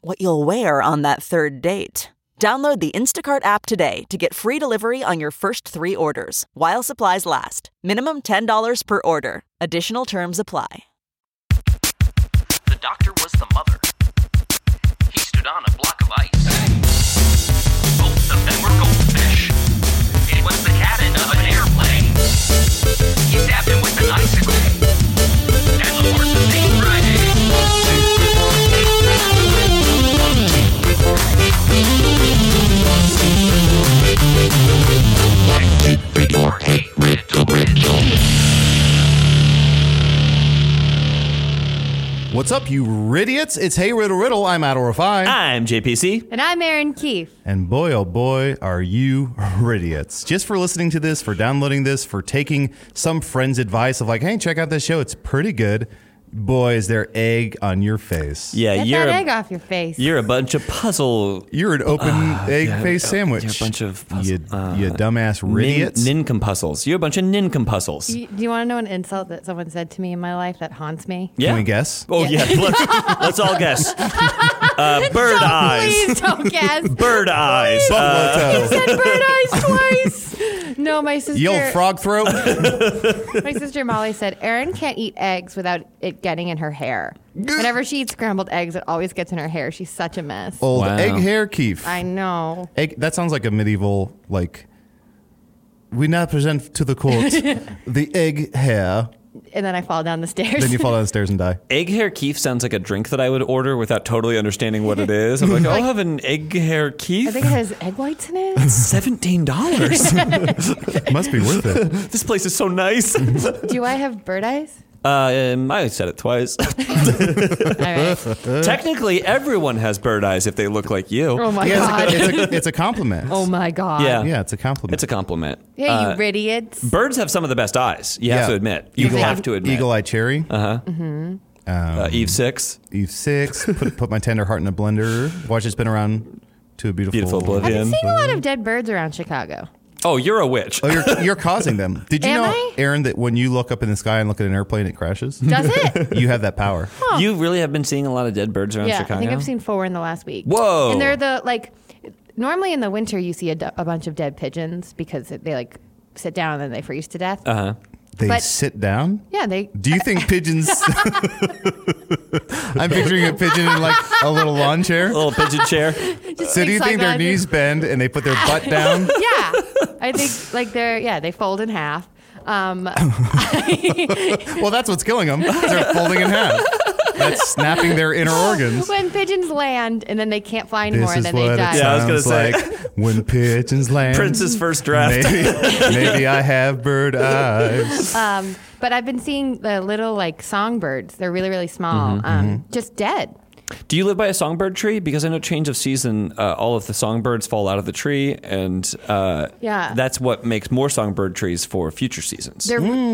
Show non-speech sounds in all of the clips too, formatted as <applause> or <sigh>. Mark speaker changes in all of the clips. Speaker 1: what you'll wear on that third date. Download the Instacart app today to get free delivery on your first three orders while supplies last. Minimum $10 per order. Additional terms apply.
Speaker 2: The doctor was the mother. He stood on a block of ice. Both of them were goldfish. It was the cabin of an airplane. He stabbed him with an icicle. And the horses they riding. Or a riddle, riddle.
Speaker 3: What's up, you ridiots? It's Hey Riddle Riddle. I'm Adol Rafi.
Speaker 4: I'm JPC.
Speaker 5: And I'm Aaron Keefe.
Speaker 3: And boy, oh boy, are you <laughs> idiots. Just for listening to this, for downloading this, for taking some friend's advice of like, hey, check out this show. It's pretty good. Boy, is there egg on your face.
Speaker 4: Yeah,
Speaker 5: Get
Speaker 4: you're
Speaker 5: that
Speaker 4: a,
Speaker 5: egg off your face.
Speaker 4: you're a bunch of puzzle
Speaker 3: You're an open egg
Speaker 4: yeah,
Speaker 3: face
Speaker 4: uh,
Speaker 3: sandwich.
Speaker 4: you're a bunch of puzz-
Speaker 3: you, you dumbass
Speaker 4: nin,
Speaker 3: idiots.
Speaker 4: nincompustles. You're a bunch of nincompustles.
Speaker 5: Do you, do you want to know an insult that someone said to me in my life that haunts me?
Speaker 4: yeah.
Speaker 3: Can we guess?
Speaker 4: Oh yeah, let's, let's all
Speaker 5: <laughs>
Speaker 4: guess. Uh, bird
Speaker 5: Don't
Speaker 4: eyes.
Speaker 5: Please
Speaker 4: <laughs>
Speaker 5: don't guess.
Speaker 4: Bird eyes.
Speaker 3: Buffalo
Speaker 4: Uh,
Speaker 3: toe.
Speaker 4: <laughs>
Speaker 5: said bird eyes twice. No, my sister.
Speaker 3: Yo, frog
Speaker 4: <laughs>
Speaker 3: throat.
Speaker 5: My sister Molly said Erin can't eat eggs without it getting in her hair. Whenever she eats scrambled eggs, it always gets in her hair. She's such a mess.
Speaker 3: Old
Speaker 4: Wow.
Speaker 3: egg hair, Keef.
Speaker 5: I know.
Speaker 3: Egg, that sounds like a medieval, like, we now present to the court the egg hair.
Speaker 5: And then I fall down the stairs.
Speaker 3: Then you fall down the stairs and die.
Speaker 4: egg hair keef sounds like a drink that I would order without totally understanding what it is. I'm
Speaker 5: <laughs>
Speaker 4: like, I'll have an egg hair
Speaker 5: <laughs> I
Speaker 4: keef.
Speaker 5: think it has egg whites
Speaker 4: <laughs>
Speaker 5: in it.
Speaker 4: Seventeen
Speaker 5: <laughs>
Speaker 4: dollars.
Speaker 3: Must be worth it.
Speaker 4: this place is so
Speaker 5: <laughs>
Speaker 4: nice.
Speaker 5: Do I have bird eyes?
Speaker 4: Um, I said it twice.
Speaker 3: Uh.
Speaker 5: All
Speaker 4: <laughs>
Speaker 5: right.
Speaker 4: Technically, everyone has bird eyes if they look like you.
Speaker 5: Oh my
Speaker 3: Yeah, it's,
Speaker 5: god.
Speaker 3: a, it's, a, it's a compliment.
Speaker 5: Oh my god.
Speaker 4: Yeah.
Speaker 3: Yeah, it's a compliment.
Speaker 4: It's a compliment.
Speaker 5: Hey, you
Speaker 4: Uh,
Speaker 5: idiots.
Speaker 4: Birds have some of the best eyes. You have
Speaker 3: Yeah.
Speaker 4: to admit. You
Speaker 3: Eagle-
Speaker 4: have to admit.
Speaker 3: Eagle Eye Cherry,
Speaker 4: Uh, Eve six.
Speaker 3: Eve 6, put, put my tender heart in a blender, watch it spin around to a beautiful...
Speaker 4: Beautiful
Speaker 5: I've
Speaker 4: oblivion.
Speaker 5: been seeing a lot of dead birds around Chicago.
Speaker 4: Oh, you're a witch.
Speaker 3: Oh, you're, you're causing them. Did you
Speaker 5: Am
Speaker 3: know,
Speaker 5: I?
Speaker 3: Aaron, that when you look up in the sky and look at an airplane, it crashes?
Speaker 5: Does
Speaker 3: <laughs>
Speaker 5: it?
Speaker 3: you have that power.
Speaker 4: You really have been seeing a lot of dead birds around
Speaker 5: yeah,
Speaker 4: Chicago.
Speaker 5: I think I've seen four in the last week.
Speaker 4: Whoa.
Speaker 5: And they're the like normally in the winter you see a, du- a bunch of dead pigeons because they like sit down and then they freeze to death. Uh-huh.
Speaker 3: They
Speaker 5: But-
Speaker 3: sit down?
Speaker 5: Yeah, they
Speaker 3: Do you think pigeons... I'm picturing a pigeon in like a little lawn chair.
Speaker 4: a <laughs> little pigeon
Speaker 3: <laughs>
Speaker 4: chair.
Speaker 3: So do you think their knees bend and they put their butt down?
Speaker 5: <laughs> Yeah. I think like they're yeah, they fold in half.
Speaker 3: <laughs>
Speaker 5: Um,
Speaker 3: Well, that's what's killing them. They're folding in half. That's snapping their inner organs.
Speaker 5: when pigeons land and then they can't fly
Speaker 3: This
Speaker 5: anymore and
Speaker 3: is
Speaker 5: then
Speaker 3: what
Speaker 5: they die.
Speaker 3: it
Speaker 4: Yeah, I was gonna
Speaker 3: sounds
Speaker 4: say.
Speaker 3: like when pigeons land.
Speaker 4: Prince's first draft.
Speaker 3: Maybe, <laughs> maybe I have bird eyes.
Speaker 5: Um, but I've been seeing the little like songbirds. They're really really small.
Speaker 3: Mm-hmm,
Speaker 5: um, just dead.
Speaker 4: Do you live by a songbird tree? Because I know change of season, uh, all of the songbirds fall out of the tree, and uh,
Speaker 5: Yeah.
Speaker 4: that's what makes more songbird trees for future seasons.
Speaker 5: They're they're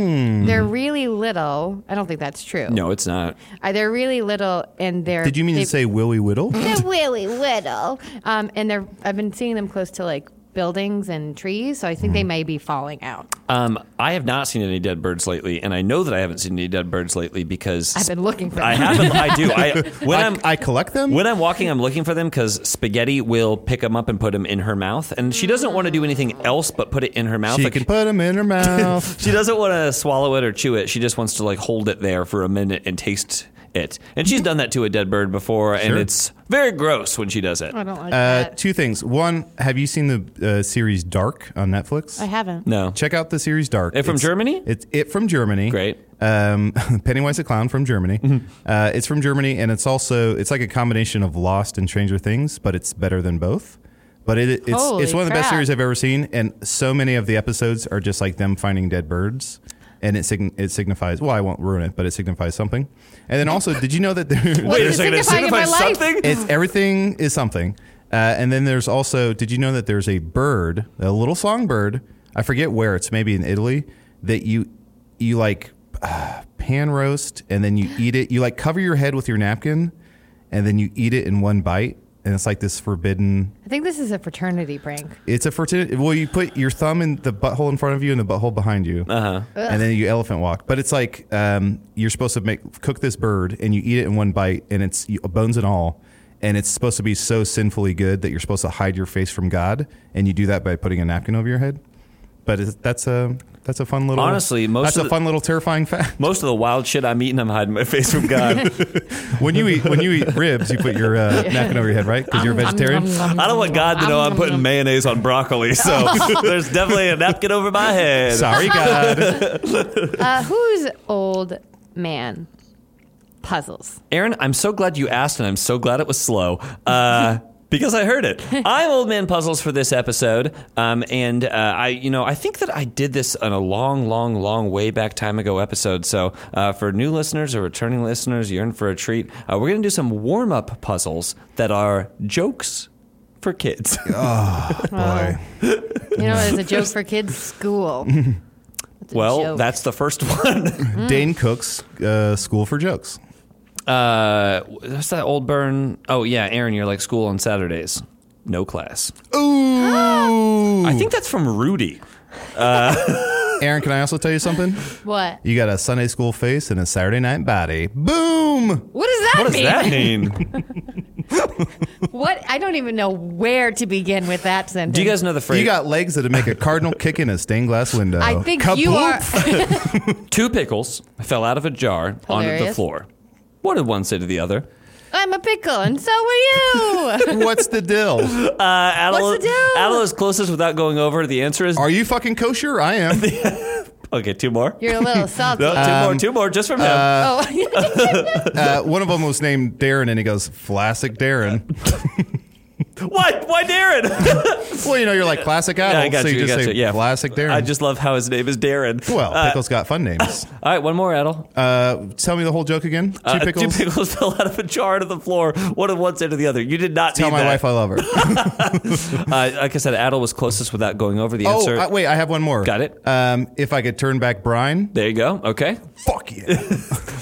Speaker 3: Mm.
Speaker 5: really little. I don't think that's true.
Speaker 4: no, it's not.
Speaker 5: Uh, they're really little, and they're.
Speaker 3: Did you mean
Speaker 5: they,
Speaker 3: to say Willy Whittle?
Speaker 5: <laughs> They're really little, um, and they're. I've been seeing them close to like buildings and trees, so I think they
Speaker 4: Mm-hmm.
Speaker 5: may be falling out.
Speaker 4: Um, I have not seen any dead birds lately, and I know that I haven't seen any dead birds lately because
Speaker 5: I've been looking for.
Speaker 4: I <laughs>
Speaker 5: them.
Speaker 4: haven't. I do.
Speaker 3: <laughs>
Speaker 4: I when
Speaker 3: I,
Speaker 4: am
Speaker 3: I collect them.
Speaker 4: When I'm walking, I'm looking for them because Spaghetti will pick them up and put them in her mouth, and she doesn't want to do anything else but put it in her mouth.
Speaker 3: she
Speaker 4: Like,
Speaker 3: can put them in her mouth.
Speaker 4: <laughs> she doesn't want to swallow it or chew it. She just wants to like hold it there for a minute and taste it. And she's done that to a dead bird before, and it's very gross when she does it.
Speaker 5: I don't like
Speaker 3: Uh,
Speaker 5: that.
Speaker 3: two things. One, have you seen the uh, series Dark on Netflix?
Speaker 5: I haven't.
Speaker 4: No,
Speaker 3: Check out the series Dark.
Speaker 4: It from
Speaker 3: It's-
Speaker 4: Germany?
Speaker 3: It's it from Germany.
Speaker 4: Great. Mm-hmm.
Speaker 3: Um, <laughs> Pennywise the clown from Germany. Uh, it's from Germany, and it's also it's like a combination of Lost and Stranger Things, but it's better than both. But it, it's
Speaker 5: Holy
Speaker 3: it's one of the best
Speaker 5: crap.
Speaker 3: series I've ever seen, and so many of the episodes are just like them finding dead birds, and it sign it signifies. Well, I won't ruin it, but it signifies something. And then also, did you know that there?
Speaker 5: Wait a second, it signifies
Speaker 4: signifies
Speaker 5: my life.
Speaker 4: something.
Speaker 3: It's everything is something. Uh, and then there's also, did you know that there's a bird, a little songbird? I forget where it's, maybe in Italy, that you you like uh, pan roast and then you eat it. You like cover your head with your napkin, and then you eat it in one bite. And it's like this forbidden.
Speaker 5: I think this is a fraternity
Speaker 4: <laughs>
Speaker 5: prank.
Speaker 3: It's a fertility. Well, you put your thumb in the butthole in front of you and the butthole behind you, uh-huh. and then you elephant walk. But it's like um, you're supposed to make cook this bird and you eat it in one bite, and it's you, bones and all, and it's supposed to be so sinfully good that you're supposed to hide your face from God, and you do that by putting a napkin over your head. But it's, that's a that's a fun little
Speaker 4: Honestly, most
Speaker 3: that's
Speaker 4: of
Speaker 3: a
Speaker 4: the-
Speaker 3: fun little terrifying fact.
Speaker 4: Most of the wild shit I'm eating, I'm hiding my face from God.
Speaker 3: When you eat when you eat ribs, you put your uh, napkin over your head, right? Because you're a vegetarian.
Speaker 4: I don't want God to know I'm putting mayonnaise on broccoli, so there's definitely a napkin over my head.
Speaker 3: Sorry, God.
Speaker 5: Uh, who's old man? Puzzles.
Speaker 4: Aaron, I'm so glad you asked, and I'm so glad it was slow. Uh, Because I heard it. I'm Old Man Puzzles for this episode, um, and uh, I, you know, I think that I did this on a long, long, long way back time ago episode. So uh, for new listeners or returning listeners, you're in for a treat. Uh, we're gonna do some warm up puzzles that are jokes for kids.
Speaker 3: Boy.
Speaker 5: You know, it's a joke for
Speaker 4: <laughs>
Speaker 5: kids. School.
Speaker 4: <laughs>
Speaker 5: It's a
Speaker 4: well,
Speaker 5: joke.
Speaker 4: that's the first <laughs> one.
Speaker 3: Dane Cook's uh, School for Jokes.
Speaker 4: Uh, what's that old burn? Oh yeah, Aaron, you're like school on Saturdays, no class.
Speaker 3: Ooh.
Speaker 4: I think that's from Rudy.
Speaker 3: Aaron, can I also tell you something?
Speaker 5: what.
Speaker 3: You got a Sunday school face and a Saturday night body. Boom.
Speaker 5: What does that
Speaker 4: What
Speaker 5: <laughs>
Speaker 4: does
Speaker 5: mean?
Speaker 4: that mean?
Speaker 5: What? I don't even know where to begin with that sentence.
Speaker 4: Do you guys know the phrase?
Speaker 3: You got legs that'll make a cardinal kick in a stained glass window.
Speaker 5: I think you are.
Speaker 3: Kaboop.
Speaker 4: two pickles fell out of a jar onto the
Speaker 5: Hilarious.
Speaker 4: floor. What did one say to the other?
Speaker 5: <laughs> I'm a pickle, and so are
Speaker 4: <laughs>
Speaker 5: you.
Speaker 3: <laughs> What's the deal?
Speaker 4: Uh, Adela,
Speaker 5: What's the deal?
Speaker 4: Adela is closest without going over. The answer is
Speaker 3: Are you fucking kosher? I
Speaker 4: <laughs>
Speaker 3: am.
Speaker 4: okay. Two more.
Speaker 5: You're a little salty.
Speaker 4: No, two more. Two more. Just from him. <laughs>
Speaker 5: oh,
Speaker 3: Uh, one of them was named Darren, and he goes, "Classic Darren."
Speaker 4: Why? Why <laughs> Darren?
Speaker 3: Well, you know, you're like classic adult,
Speaker 4: Yeah, I got
Speaker 3: so you,
Speaker 4: you. I
Speaker 3: just
Speaker 4: got
Speaker 3: say
Speaker 4: you. Yeah.
Speaker 3: classic Darren.
Speaker 4: I just love how his name is Darren.
Speaker 3: well,
Speaker 4: Uh,
Speaker 3: pickles got fun
Speaker 4: <laughs>
Speaker 3: names.
Speaker 4: all right. One more, Adel.
Speaker 3: Uh, tell me the whole joke again. Two
Speaker 4: Uh,
Speaker 3: pickles.
Speaker 4: Two pickles <laughs> fell out of a jar to the floor. One of one side to the other. You did not
Speaker 3: Tell
Speaker 4: need
Speaker 3: my
Speaker 4: that.
Speaker 3: wife I love
Speaker 4: <laughs>
Speaker 3: her.
Speaker 4: Uh, like I said, Adel was closest without going over the
Speaker 3: oh,
Speaker 4: answer.
Speaker 3: I, wait, I have one more.
Speaker 4: Got it.
Speaker 3: Um, if I could turn back Brian,
Speaker 4: there you go. Okay,
Speaker 3: fuck yeah.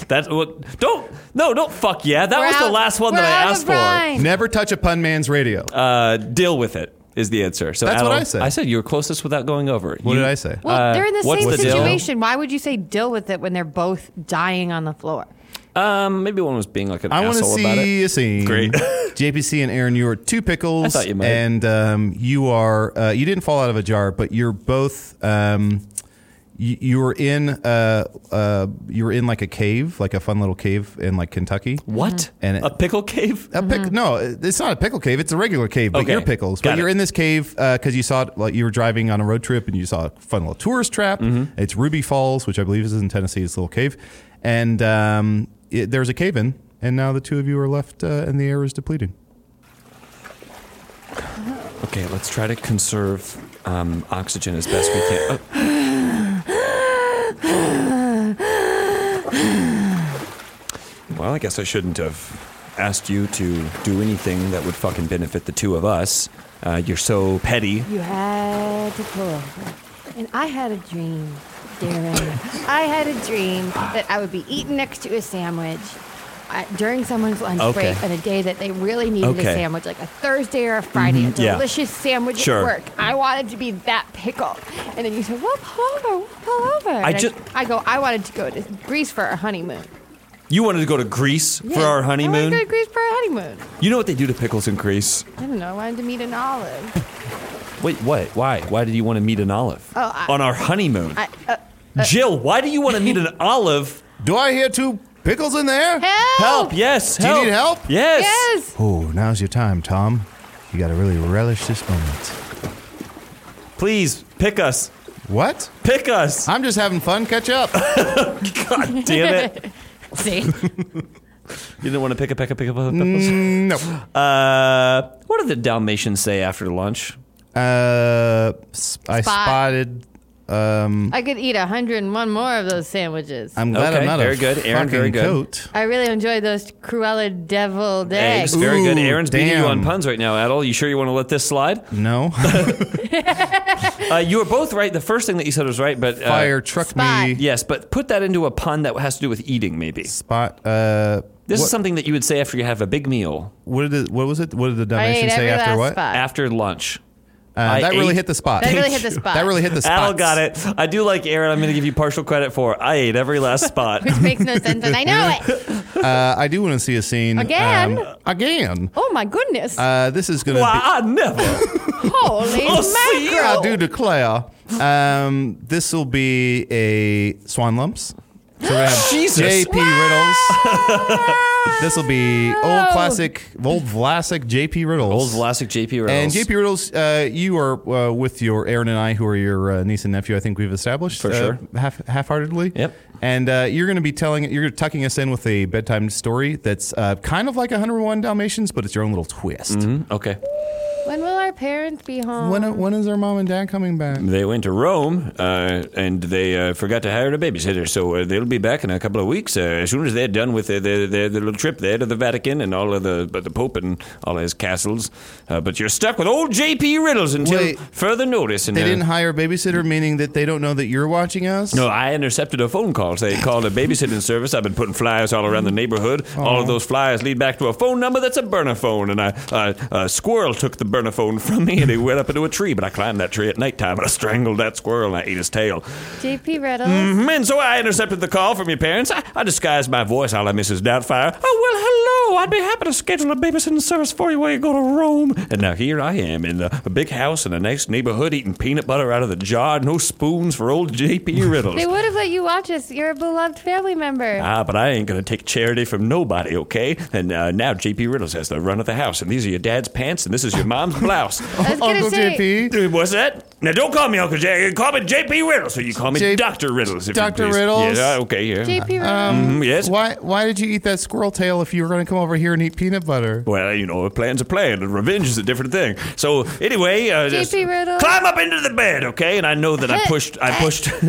Speaker 4: that's what. Don't no, don't fuck yeah. That was the last one that I asked for.
Speaker 3: Never touch a pun man's radio.
Speaker 4: Uh, deal with it is the answer. So
Speaker 3: That's
Speaker 4: Adel,
Speaker 3: what I said.
Speaker 4: I said you were closest without going over. it.
Speaker 3: what
Speaker 4: You-
Speaker 3: did I say?
Speaker 5: Well,
Speaker 4: Uh,
Speaker 5: they're in the
Speaker 4: what's
Speaker 5: same
Speaker 4: the deal?
Speaker 5: situation. Why would you say deal with it when they're both dying on the floor?
Speaker 4: Um, maybe one was being like an
Speaker 3: I want to
Speaker 4: asshole about it.
Speaker 3: see a scene. <laughs>
Speaker 4: Great.
Speaker 3: JPC and Aaron, you are two pickles.
Speaker 4: I thought you might.
Speaker 3: And um, you are uh, you didn't fall out of a jar, but you're both. Um, you, you were in uh, uh, you were in like a cave, like a fun little cave in like Kentucky.
Speaker 4: What?
Speaker 3: And it-
Speaker 4: a pickle cave?
Speaker 3: A pick? No, it's not a pickle cave. It's a regular cave, but
Speaker 4: Mm. Okay.
Speaker 3: you're pickles.
Speaker 4: Got
Speaker 3: but you're
Speaker 4: it.
Speaker 3: in this cave because you saw it. Like you were driving on a road trip and you saw a fun little tourist trap.
Speaker 4: Mm-hmm.
Speaker 3: It's Ruby Falls, which I believe is in Tennessee. It's a little cave, and um, it, there's a cave in. And now the two of you are left, uh, and the air is depleted.
Speaker 4: Okay, let's try to conserve um, oxygen as best we can. Oh. Well, I guess I shouldn't have asked you to do anything that would fucking benefit the two of us. Uh, you're so petty.
Speaker 5: You had to pull over. And I had a dream, Darren. I had a dream that I would be eating next to a sandwich uh, during someone's lunch
Speaker 4: Okay.
Speaker 5: break on a day that they really needed
Speaker 4: Okay. Mm-hmm.
Speaker 5: a sandwich, like a Thursday or a Friday, a
Speaker 4: yeah.
Speaker 5: delicious sandwich
Speaker 4: Sure.
Speaker 5: at work. I wanted to be that pickle. And then you said, well, pull over, pull over. And
Speaker 4: ju-
Speaker 5: I go, I wanted to go to Greece for our honeymoon.
Speaker 4: You wanted to go to Greece for
Speaker 5: Yeah,
Speaker 4: our
Speaker 5: I wanted
Speaker 4: honeymoon?
Speaker 5: to go to Greece for our honeymoon.
Speaker 4: You know what they do to pickles in Greece?
Speaker 5: I don't know. I wanted to meet an olive.
Speaker 4: Wait, what? Why? Why did you want to meet an olive?
Speaker 5: Oh, I-
Speaker 4: On our honeymoon.
Speaker 5: I, uh,
Speaker 4: Jill, why do you want to meet
Speaker 5: <laughs>
Speaker 4: an olive?
Speaker 3: Do I hear two pickles in there?
Speaker 5: help!
Speaker 4: Help, yes.
Speaker 3: Do you
Speaker 4: help.
Speaker 3: need help?
Speaker 4: Yes.
Speaker 5: Yes!
Speaker 3: Oh, now's your time, Tom. You got to really relish this moment.
Speaker 4: Please pick us.
Speaker 3: What?
Speaker 4: Pick
Speaker 5: <laughs>
Speaker 4: us.
Speaker 3: I'm just having fun. Catch
Speaker 4: <laughs>
Speaker 3: up.
Speaker 4: God damn it.
Speaker 5: See?
Speaker 4: You didn't want to pick a pick a pick a pick a pick
Speaker 3: no.
Speaker 4: a. Uh, what did the Dalmatians say after lunch?
Speaker 3: Uh, s- I
Speaker 5: Spot.
Speaker 3: spotted
Speaker 5: <laughs> I could eat 101 more of those sandwiches. i
Speaker 3: I'm glad
Speaker 4: Okay,
Speaker 3: I'm not
Speaker 4: very
Speaker 3: a
Speaker 4: good. Aaron,
Speaker 3: fucking
Speaker 4: very good.
Speaker 3: coat.
Speaker 5: really enjoyed those Cruella deviled
Speaker 4: Eggs,
Speaker 5: eggs.
Speaker 4: very good.
Speaker 3: Ooh,
Speaker 4: Aaron's beating you on
Speaker 3: damn.
Speaker 4: puns right now, Adel. You sure you want to let this slide?
Speaker 3: No,
Speaker 4: Uh, you were both right. The first thing that you said was right, but
Speaker 3: <laughs>
Speaker 4: uh,
Speaker 3: fire truck
Speaker 5: Spot.
Speaker 3: me.
Speaker 4: Yes, but put that into a pun that has to do with eating. Maybe this
Speaker 3: Spot. Uh,
Speaker 4: is
Speaker 3: what,
Speaker 4: something that you would say after you have a big meal
Speaker 3: what did it, what was it? What did the
Speaker 5: I
Speaker 3: donation
Speaker 5: ate
Speaker 3: say
Speaker 5: every
Speaker 3: after
Speaker 5: last
Speaker 3: what?
Speaker 5: spot.
Speaker 4: after lunch.
Speaker 3: Uh,
Speaker 4: I
Speaker 3: that
Speaker 4: ate-
Speaker 3: really hit the spot.
Speaker 5: That really
Speaker 3: Thank
Speaker 5: hit the
Speaker 3: you.
Speaker 5: spot.
Speaker 3: That really hit the spot.
Speaker 4: Adel got it. I do like Aaron. I'm going to give you partial credit for. I ate every last
Speaker 5: <laughs>
Speaker 4: spot.
Speaker 5: Which makes no sense, and I know it.
Speaker 3: Uh, I do want to see a scene
Speaker 5: Again?
Speaker 3: um, again.
Speaker 5: Oh my goodness!
Speaker 3: Uh, this is going to <laughs>
Speaker 4: Why
Speaker 3: be.
Speaker 4: I never.
Speaker 5: Holy
Speaker 4: I'll see you.
Speaker 3: I
Speaker 5: mackerel!
Speaker 3: do declare. Um, this will be a Swan Lumps. So we're gonna have
Speaker 4: <gasps> Jesus.
Speaker 3: JP Riddles. this will be old classic, old Vlasic JP Riddles.
Speaker 4: Old Vlasic JP Riddles.
Speaker 3: And JP Riddles, uh, you are uh, with your Aaron and I, who are your uh, niece and nephew. I think we've established
Speaker 4: For
Speaker 3: uh,
Speaker 4: sure.
Speaker 3: half half-heartedly.
Speaker 4: Yep.
Speaker 3: And uh, you're going to be telling, you're tucking us in with a bedtime story that's uh, kind of like 101 Dalmatians, but it's your own little twist.
Speaker 4: Hmm? Okay.
Speaker 5: When will our parents be home?
Speaker 3: When when is our mom and dad coming back?
Speaker 4: They went to Rome uh, and they uh, forgot to hire a babysitter, so uh, they'll be back in a couple of weeks. Uh, as soon as they're done with their, their, their, their little trip there to the Vatican and all of the but the Pope and all his castles, uh, but you're stuck with old J.P. Riddles until
Speaker 3: Wait.
Speaker 4: further notice. And,
Speaker 3: They
Speaker 4: uh,
Speaker 3: didn't hire a babysitter, meaning that they don't know that you're watching us.
Speaker 4: No, I intercepted a phone call. They called a babysitting service. I've been putting flyers all around the neighborhood. All of those flyers lead back to a phone number that's a burner phone. And I, uh, a squirrel took the burner phone from me and he went up into a tree. But I climbed that tree at nighttime and I strangled that squirrel and I ate his tail.
Speaker 5: JP Riddles.
Speaker 4: Mhm, And so I intercepted the call from your parents. I, I disguised my voice, a la Mrs. Doubtfire. Oh, well, hello. I'd be happy to schedule a babysitting service for you while you go to Rome. And now here I am in a, a big house in a nice neighborhood eating peanut butter out of the jar. No spoons for old J.P. Riddles.
Speaker 5: They would have let you watch us. You're a beloved family member.
Speaker 4: Ah, but I ain't gonna take charity from nobody, okay? And uh, now JP Riddles has the run of the house, and these are your dad's pants, and this is
Speaker 3: <laughs>
Speaker 4: your mom's blouse.
Speaker 5: I was gonna
Speaker 3: Uncle
Speaker 5: say,
Speaker 3: JP,
Speaker 4: Uh, What's that? Now don't call me Uncle Jack. Call me JP Riddles, or you call me
Speaker 3: J-
Speaker 4: Doctor Riddles. If
Speaker 3: Dr.
Speaker 4: you please.
Speaker 3: Riddles?
Speaker 4: Yeah. Okay. Yeah.
Speaker 5: JP Riddles.
Speaker 4: Mhm, yes.
Speaker 3: why why did you eat that squirrel tail if you were going to come over here and eat peanut butter?
Speaker 4: Well, you know, a plan's a plan, and revenge is a different thing. So anyway, uh, just
Speaker 5: Riddles.
Speaker 4: climb up into the bed, okay? And I know that I pushed, I pushed, <laughs>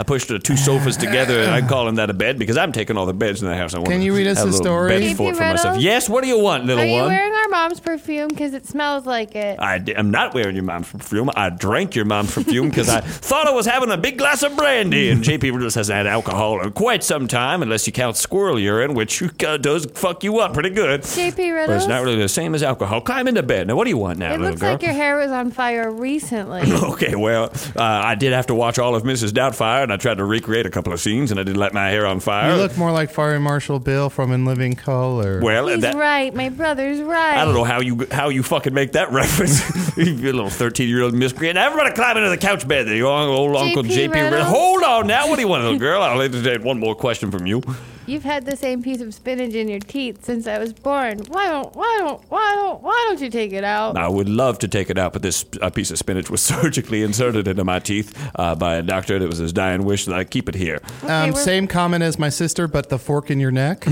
Speaker 4: I pushed uh, two sofas together, and I'm calling that a bed because I'm taking all the beds in the house. I want
Speaker 3: Can you read us a story?
Speaker 4: Bed
Speaker 5: JP
Speaker 4: fort for myself.
Speaker 5: Riddles?
Speaker 4: Yes. What do you want, little
Speaker 5: Are you
Speaker 4: one? Uh,
Speaker 5: wearing our mom's perfume? Because it smells like it.
Speaker 4: I d- I'm not wearing your mom's perfume. I drank your mom's perfume
Speaker 3: <laughs>
Speaker 4: because I thought I was having a big glass of brandy. And JP Riddles hasn't had alcohol in quite some time, unless you count squirrel urine, which uh, does fuck you up pretty good.
Speaker 5: JP
Speaker 4: But it's
Speaker 5: Riddles.
Speaker 4: not really the same as alcohol. Climb into bed. Now, what do you want now,
Speaker 5: it
Speaker 4: little
Speaker 5: looks
Speaker 4: girl? <laughs>
Speaker 5: like your hair was on
Speaker 4: <coughs>
Speaker 5: fire recently.
Speaker 4: Okay, well, uh, I did have to watch all of Mrs. Doubtfire, and I tried to recreate a couple of scenes, and I did light my hair on fire.
Speaker 3: You look more like Fire Marshal Bill from In Living Color.
Speaker 4: well,
Speaker 5: He's
Speaker 4: that,
Speaker 5: right. My brother's right.
Speaker 4: I don't know how you how you fucking make that <laughs> reference. you little thirteen year old miscreant. Everybody climb into the couch bed. There, your old Uncle
Speaker 5: JP
Speaker 4: JP. Riddle.
Speaker 5: Riddle.
Speaker 4: Hold on now. What do you want, little girl? I'll entertain one more question from you.
Speaker 5: You've had the same piece of spinach in your teeth since I was born. Why don't why don't why don't why don't you take it out?
Speaker 4: I would love to take it out, but this uh, piece of spinach was <laughs> surgically inserted into my teeth uh, by a doctor. and It was his dying wish that I keep it here.
Speaker 3: um,
Speaker 5: we're-
Speaker 3: same comment as my sister, but the fork in your
Speaker 4: <laughs>
Speaker 3: neck.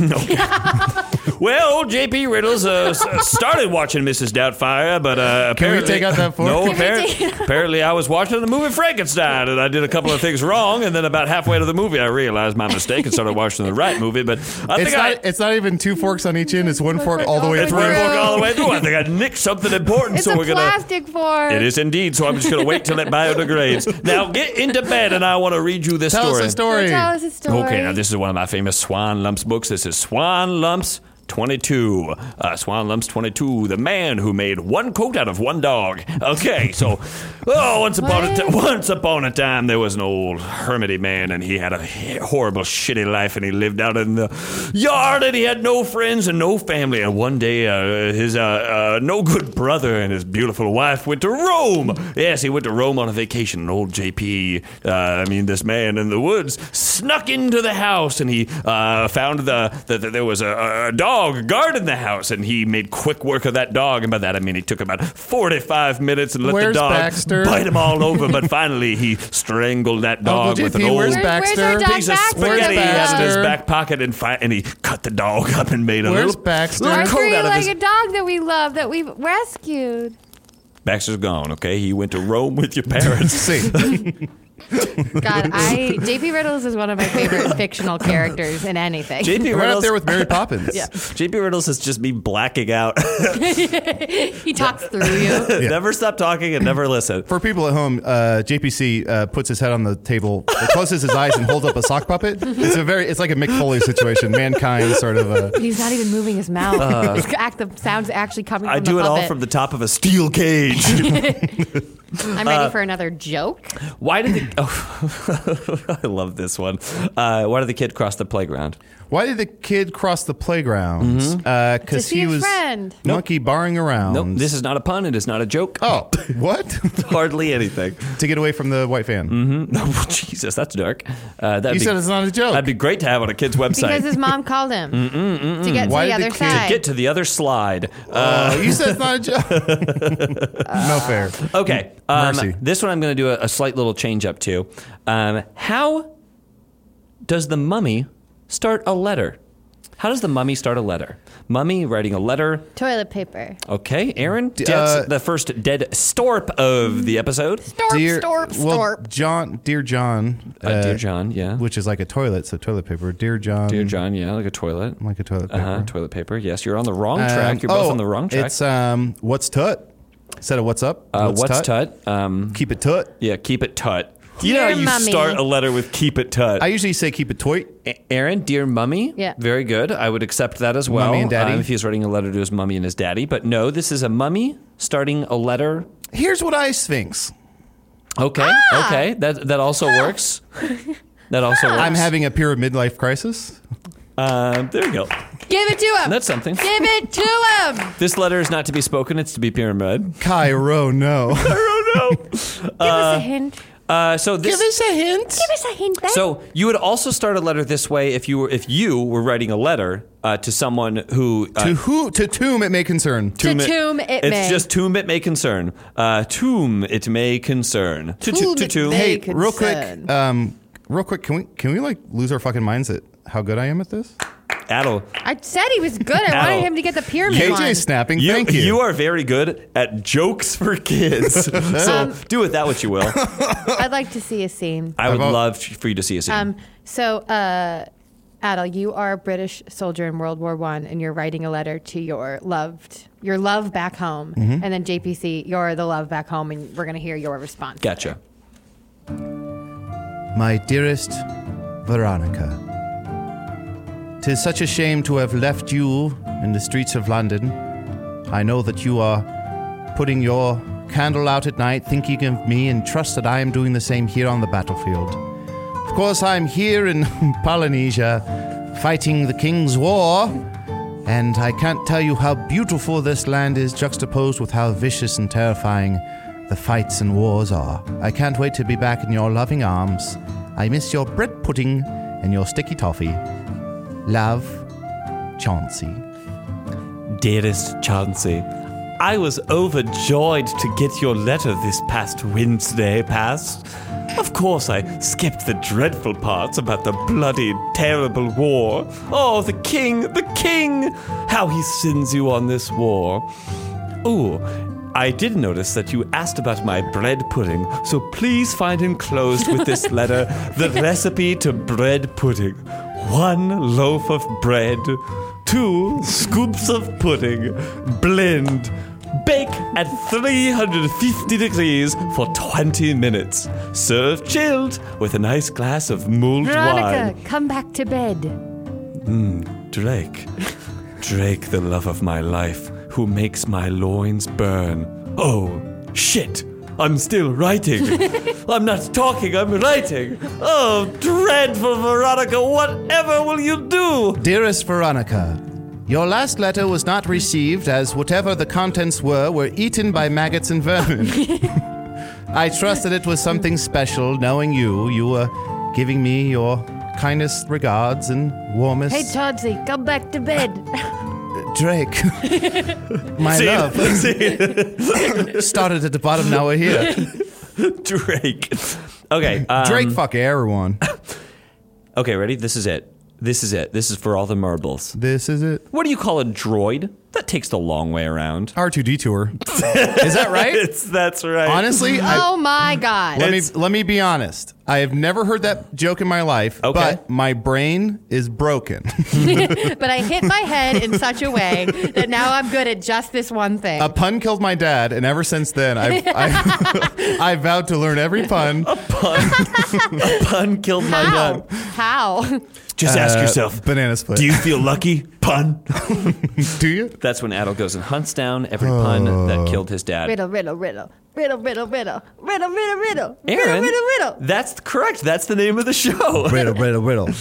Speaker 4: Well, JP Riddles uh, s- started watching Mrs. Doubtfire, but uh,
Speaker 3: Can we
Speaker 4: apparently.
Speaker 3: take out that fork?
Speaker 4: No,
Speaker 3: Can
Speaker 4: apparently, apparently I was watching the movie Frankenstein and I did a couple of things wrong, and then about halfway to the movie I realized my mistake and started watching the right movie, but I
Speaker 3: It's
Speaker 4: think
Speaker 3: not,
Speaker 4: I.
Speaker 3: it's not even two forks on each end. It's one fork all the way
Speaker 4: It's
Speaker 3: through.
Speaker 4: one fork all the way through. I think I nicked something important,
Speaker 5: it's
Speaker 4: so
Speaker 5: a
Speaker 4: we're gonna.
Speaker 5: plastic fork.
Speaker 4: It is indeed. So I'm just gonna wait till it biodegrades. Now get into bed, and I want to read you this
Speaker 3: Tell
Speaker 4: story.
Speaker 3: us a story.
Speaker 5: Tell
Speaker 3: <laughs>
Speaker 5: us a story.
Speaker 4: Okay, now this is one of my famous Swan Lumps books. This is Swan Lumps 22. Uh, Swan Lumps 22, the man who made one coat out of one dog. Okay,
Speaker 5: <laughs>
Speaker 4: so, oh, once upon, a ti-
Speaker 5: What?
Speaker 4: once upon a time, there was an old hermity man, and he had a he- horrible, shitty life, and he lived out in the yard, and he had no friends and no family. And one day, uh, his uh, uh, no good brother and his beautiful wife went to Rome. Yes, he went to Rome on a vacation. And old JP, uh, I mean, this man in the woods, snuck into the house and he uh, found the, that that there was a, a dog guarding the house, and he made quick work of that dog. And by that, I mean, he took about 45 minutes and let
Speaker 3: Where's
Speaker 4: the dog
Speaker 3: Baxter?
Speaker 4: bite him all
Speaker 3: <laughs>
Speaker 4: over. But finally, he strangled that dog
Speaker 3: Uncle
Speaker 4: with an
Speaker 3: JP,
Speaker 4: old
Speaker 3: where's
Speaker 5: Where's- where's our
Speaker 3: Baxter?
Speaker 5: dog
Speaker 4: piece of
Speaker 5: Baxter?
Speaker 4: spaghetti he had in his
Speaker 3: Baxter?
Speaker 4: back pocket and, fi- and he cut the dog up and made a
Speaker 3: Where's
Speaker 4: little,
Speaker 3: Baxter?
Speaker 4: little
Speaker 5: Our
Speaker 4: coat out of his
Speaker 5: three-legged dog that we love, that we've rescued.
Speaker 4: <laughs> Baxter's gone, okay? He went to Rome with your parents.
Speaker 3: See,
Speaker 5: God, I JP Riddles is one of my favorite fictional characters in anything.
Speaker 3: <laughs> Right
Speaker 4: JP
Speaker 3: up
Speaker 4: Riddles,
Speaker 3: there with Mary Poppins.
Speaker 5: <laughs> Yeah.
Speaker 4: JP Riddles has just been blacking out. <laughs>
Speaker 5: <laughs> he talks through you.
Speaker 4: never stop talking and never listen.
Speaker 3: For people at home, uh, JPC uh, puts his head on the table, closes his eyes, and holds up a sock
Speaker 5: <laughs>
Speaker 3: puppet. It's a very, it's like a Mick Foley situation, mankind sort of a.
Speaker 5: And he's not even moving his mouth. His act, the sound's actually coming from
Speaker 4: I
Speaker 5: the
Speaker 4: do it all
Speaker 5: puppet.
Speaker 4: from the top of a steel cage.
Speaker 5: <laughs> I'm ready for another joke.
Speaker 4: Why did the oh, <laughs> I love this one? Uh, why did the kid cross the playground?
Speaker 3: Why did the kid cross the playground? Because
Speaker 5: To see
Speaker 3: he
Speaker 5: his
Speaker 3: was
Speaker 5: friend.
Speaker 3: monkey barring around.
Speaker 4: Mm-hmm. Nope, this is not a pun. It is not
Speaker 3: <laughs>
Speaker 4: a joke.
Speaker 3: oh, what? <laughs>
Speaker 4: hardly anything. <laughs>
Speaker 3: to get away from the white fan.
Speaker 4: No, <laughs> Jesus, that's dark. Uh, that'd
Speaker 3: You
Speaker 4: be,
Speaker 3: said it's not a joke.
Speaker 4: That'd be great to have on a kid's
Speaker 5: Because
Speaker 4: website.
Speaker 5: his mom called him to get
Speaker 3: Why
Speaker 5: to
Speaker 3: did
Speaker 5: the
Speaker 3: the
Speaker 5: other
Speaker 3: kid-
Speaker 5: side.
Speaker 4: Get to the other slide. Uh,
Speaker 3: Uh, you said it's not a joke. <laughs> no fair.
Speaker 4: okay, um,
Speaker 3: Mercy.
Speaker 4: this one I'm going to do a, a slight little change up to. Um, how does the mummy start a letter? How does the mummy start a letter? Mummy writing a letter.
Speaker 5: Toilet paper.
Speaker 4: Okay, Aaron,
Speaker 3: uh,
Speaker 4: that's the first dead storp of the episode.
Speaker 5: Storp, storp,
Speaker 3: well,
Speaker 5: storp.
Speaker 3: John, dear John,
Speaker 4: Uh, dear John, yeah.
Speaker 3: which is like a toilet, so toilet paper. Dear John,
Speaker 4: Dear John, yeah, like a toilet.
Speaker 3: like a toilet paper.
Speaker 4: Uh-huh, toilet paper. Yes, you're on the wrong
Speaker 3: Um,
Speaker 4: track. You're both
Speaker 3: oh,
Speaker 4: on the wrong track.
Speaker 3: It's um, what's tut? Instead of what's up?
Speaker 4: uh, what's tut? Um,
Speaker 3: Keep it tut.
Speaker 4: yeah, keep it tut. You know
Speaker 5: Dear
Speaker 4: how you
Speaker 5: mummy.
Speaker 4: start a letter with keep it tut.
Speaker 3: I usually say keep it toit.
Speaker 4: A- Aaron, dear mummy.
Speaker 5: Yeah.
Speaker 4: Very good. I would accept that as well.
Speaker 3: Mummy and daddy.
Speaker 4: Um, if he's writing a letter to his mummy and his daddy. But no, this is a mummy starting a letter.
Speaker 3: Here's what I sphinx.
Speaker 4: Okay.
Speaker 5: Ah!
Speaker 4: Okay. That that
Speaker 5: <laughs>
Speaker 4: also works. That also works.
Speaker 3: I'm having a pure midlife crisis.
Speaker 4: Um, there you go.
Speaker 5: Give it to him.
Speaker 4: That's something.
Speaker 5: Give it to him.
Speaker 4: This letter is not to be spoken. It's to
Speaker 3: <laughs>
Speaker 4: be pyramid.
Speaker 3: Cairo,
Speaker 5: <laughs>
Speaker 3: no.
Speaker 5: Give us a hint.
Speaker 4: Uh, so this,
Speaker 3: us a hint.
Speaker 5: Give us a hint. babe.
Speaker 4: So you would also start a letter this way if you were if you were writing a letter uh, to someone who uh,
Speaker 3: To who? To whom it may concern.
Speaker 5: To whom it
Speaker 4: it's
Speaker 5: may.
Speaker 4: just whom it may concern. Uh, whom it may concern. To to
Speaker 5: Whom
Speaker 4: to
Speaker 5: it
Speaker 4: to.
Speaker 5: may
Speaker 4: Hey,
Speaker 3: Hey, real quick,
Speaker 5: concern.
Speaker 3: um, real quick, can we can we like lose our fucking minds at how good I am at this?
Speaker 4: Adel.
Speaker 5: I said he was good. I
Speaker 4: Ow.
Speaker 5: wanted him to get the pyramid one.
Speaker 3: KJ snapping.
Speaker 4: You,
Speaker 3: thank you.
Speaker 4: are very good at jokes for kids.
Speaker 3: <laughs>
Speaker 4: so do with that what you will.
Speaker 5: I'd like to see a scene.
Speaker 4: I would
Speaker 3: About-
Speaker 4: love for you to see a scene.
Speaker 5: Um, so, uh, Adel, you are a British soldier in World War One, and you're writing a letter to your loved, your love back home, and then JPC, you're the love back home, and we're gonna hear your response.
Speaker 4: gotcha.
Speaker 3: My dearest Veronica, 'tis such a shame to have left you in the streets of London. I know that you are putting your candle out at night thinking of me and trust that I am doing the same here on the battlefield. Of course, I'm here in <laughs> Polynesia fighting the King's War, and I can't tell you how beautiful this land is juxtaposed with how vicious and terrifying the fights and wars are. I can't wait to be back in your loving arms. I miss your bread pudding and your sticky toffee. Love, Chauncey.
Speaker 4: Dearest Chauncey, I was overjoyed to get your letter this past Wednesday past. Of course, I skipped the dreadful parts about the bloody, terrible war. Oh, the king, the king! How he sends you on this war. Ooh, I did notice that you asked about my bread pudding, so please find enclosed with this letter the recipe to bread pudding. One loaf of bread, two scoops of pudding, blend, bake at 350 degrees for 20 minutes. Serve chilled with a nice glass of mulled wine.
Speaker 5: Veronica, come back to bed.
Speaker 4: Drake. Drake, the love of my life, who makes my loins burn. Oh, shit! I'm
Speaker 3: <laughs>
Speaker 4: still writing. I'm not talking, I'm writing. Oh, dreadful Veronica, whatever will you do? <laughs>
Speaker 3: Dearest Veronica, your last letter was not received as whatever the contents were were eaten by maggots and vermin. I trust that it was something special knowing you. You were giving me your kindest regards and warmest.
Speaker 5: Hey, Chauncey, come back to bed.
Speaker 3: Drake. My love.
Speaker 4: See?
Speaker 3: Started at the bottom, now we're here.
Speaker 4: Drake. Okay. Um,
Speaker 3: Drake, fuck
Speaker 4: <laughs>
Speaker 3: everyone.
Speaker 4: Okay, ready? This is it. This is it. This is for all the marbles.
Speaker 3: This is it.
Speaker 4: What do you call a droid? That takes the long way around.
Speaker 3: R2 detour. Is that right?
Speaker 4: <laughs> It's that's right.
Speaker 3: Honestly, I,
Speaker 5: oh my god!
Speaker 3: Let me let me be honest. I have never heard that joke in my life,
Speaker 4: Okay.
Speaker 3: but my brain is broken. <laughs>
Speaker 5: but I hit my head in such a way that now I'm good at just this one thing.
Speaker 3: a pun killed my dad, and ever since then,
Speaker 4: <laughs>
Speaker 3: I've, <laughs> I I vowed to learn every pun.
Speaker 4: <laughs> Pun killed my
Speaker 5: How?
Speaker 4: gun.
Speaker 5: How? <laughs>
Speaker 4: Just
Speaker 3: Uh,
Speaker 4: ask yourself.
Speaker 3: Banana split.
Speaker 4: Do you
Speaker 3: <laughs>
Speaker 4: feel lucky? Pun.
Speaker 3: Do you?
Speaker 4: That's when Adel goes and hunts down every pun
Speaker 3: Oh.
Speaker 4: that killed his dad.
Speaker 5: Riddle, riddle, riddle, riddle, riddle, riddle, riddle, riddle, riddle, riddle,
Speaker 4: Aaron,
Speaker 5: riddle, riddle.
Speaker 4: that's correct. That's the name of the show.
Speaker 3: Riddle, riddle, riddle.
Speaker 4: <laughs>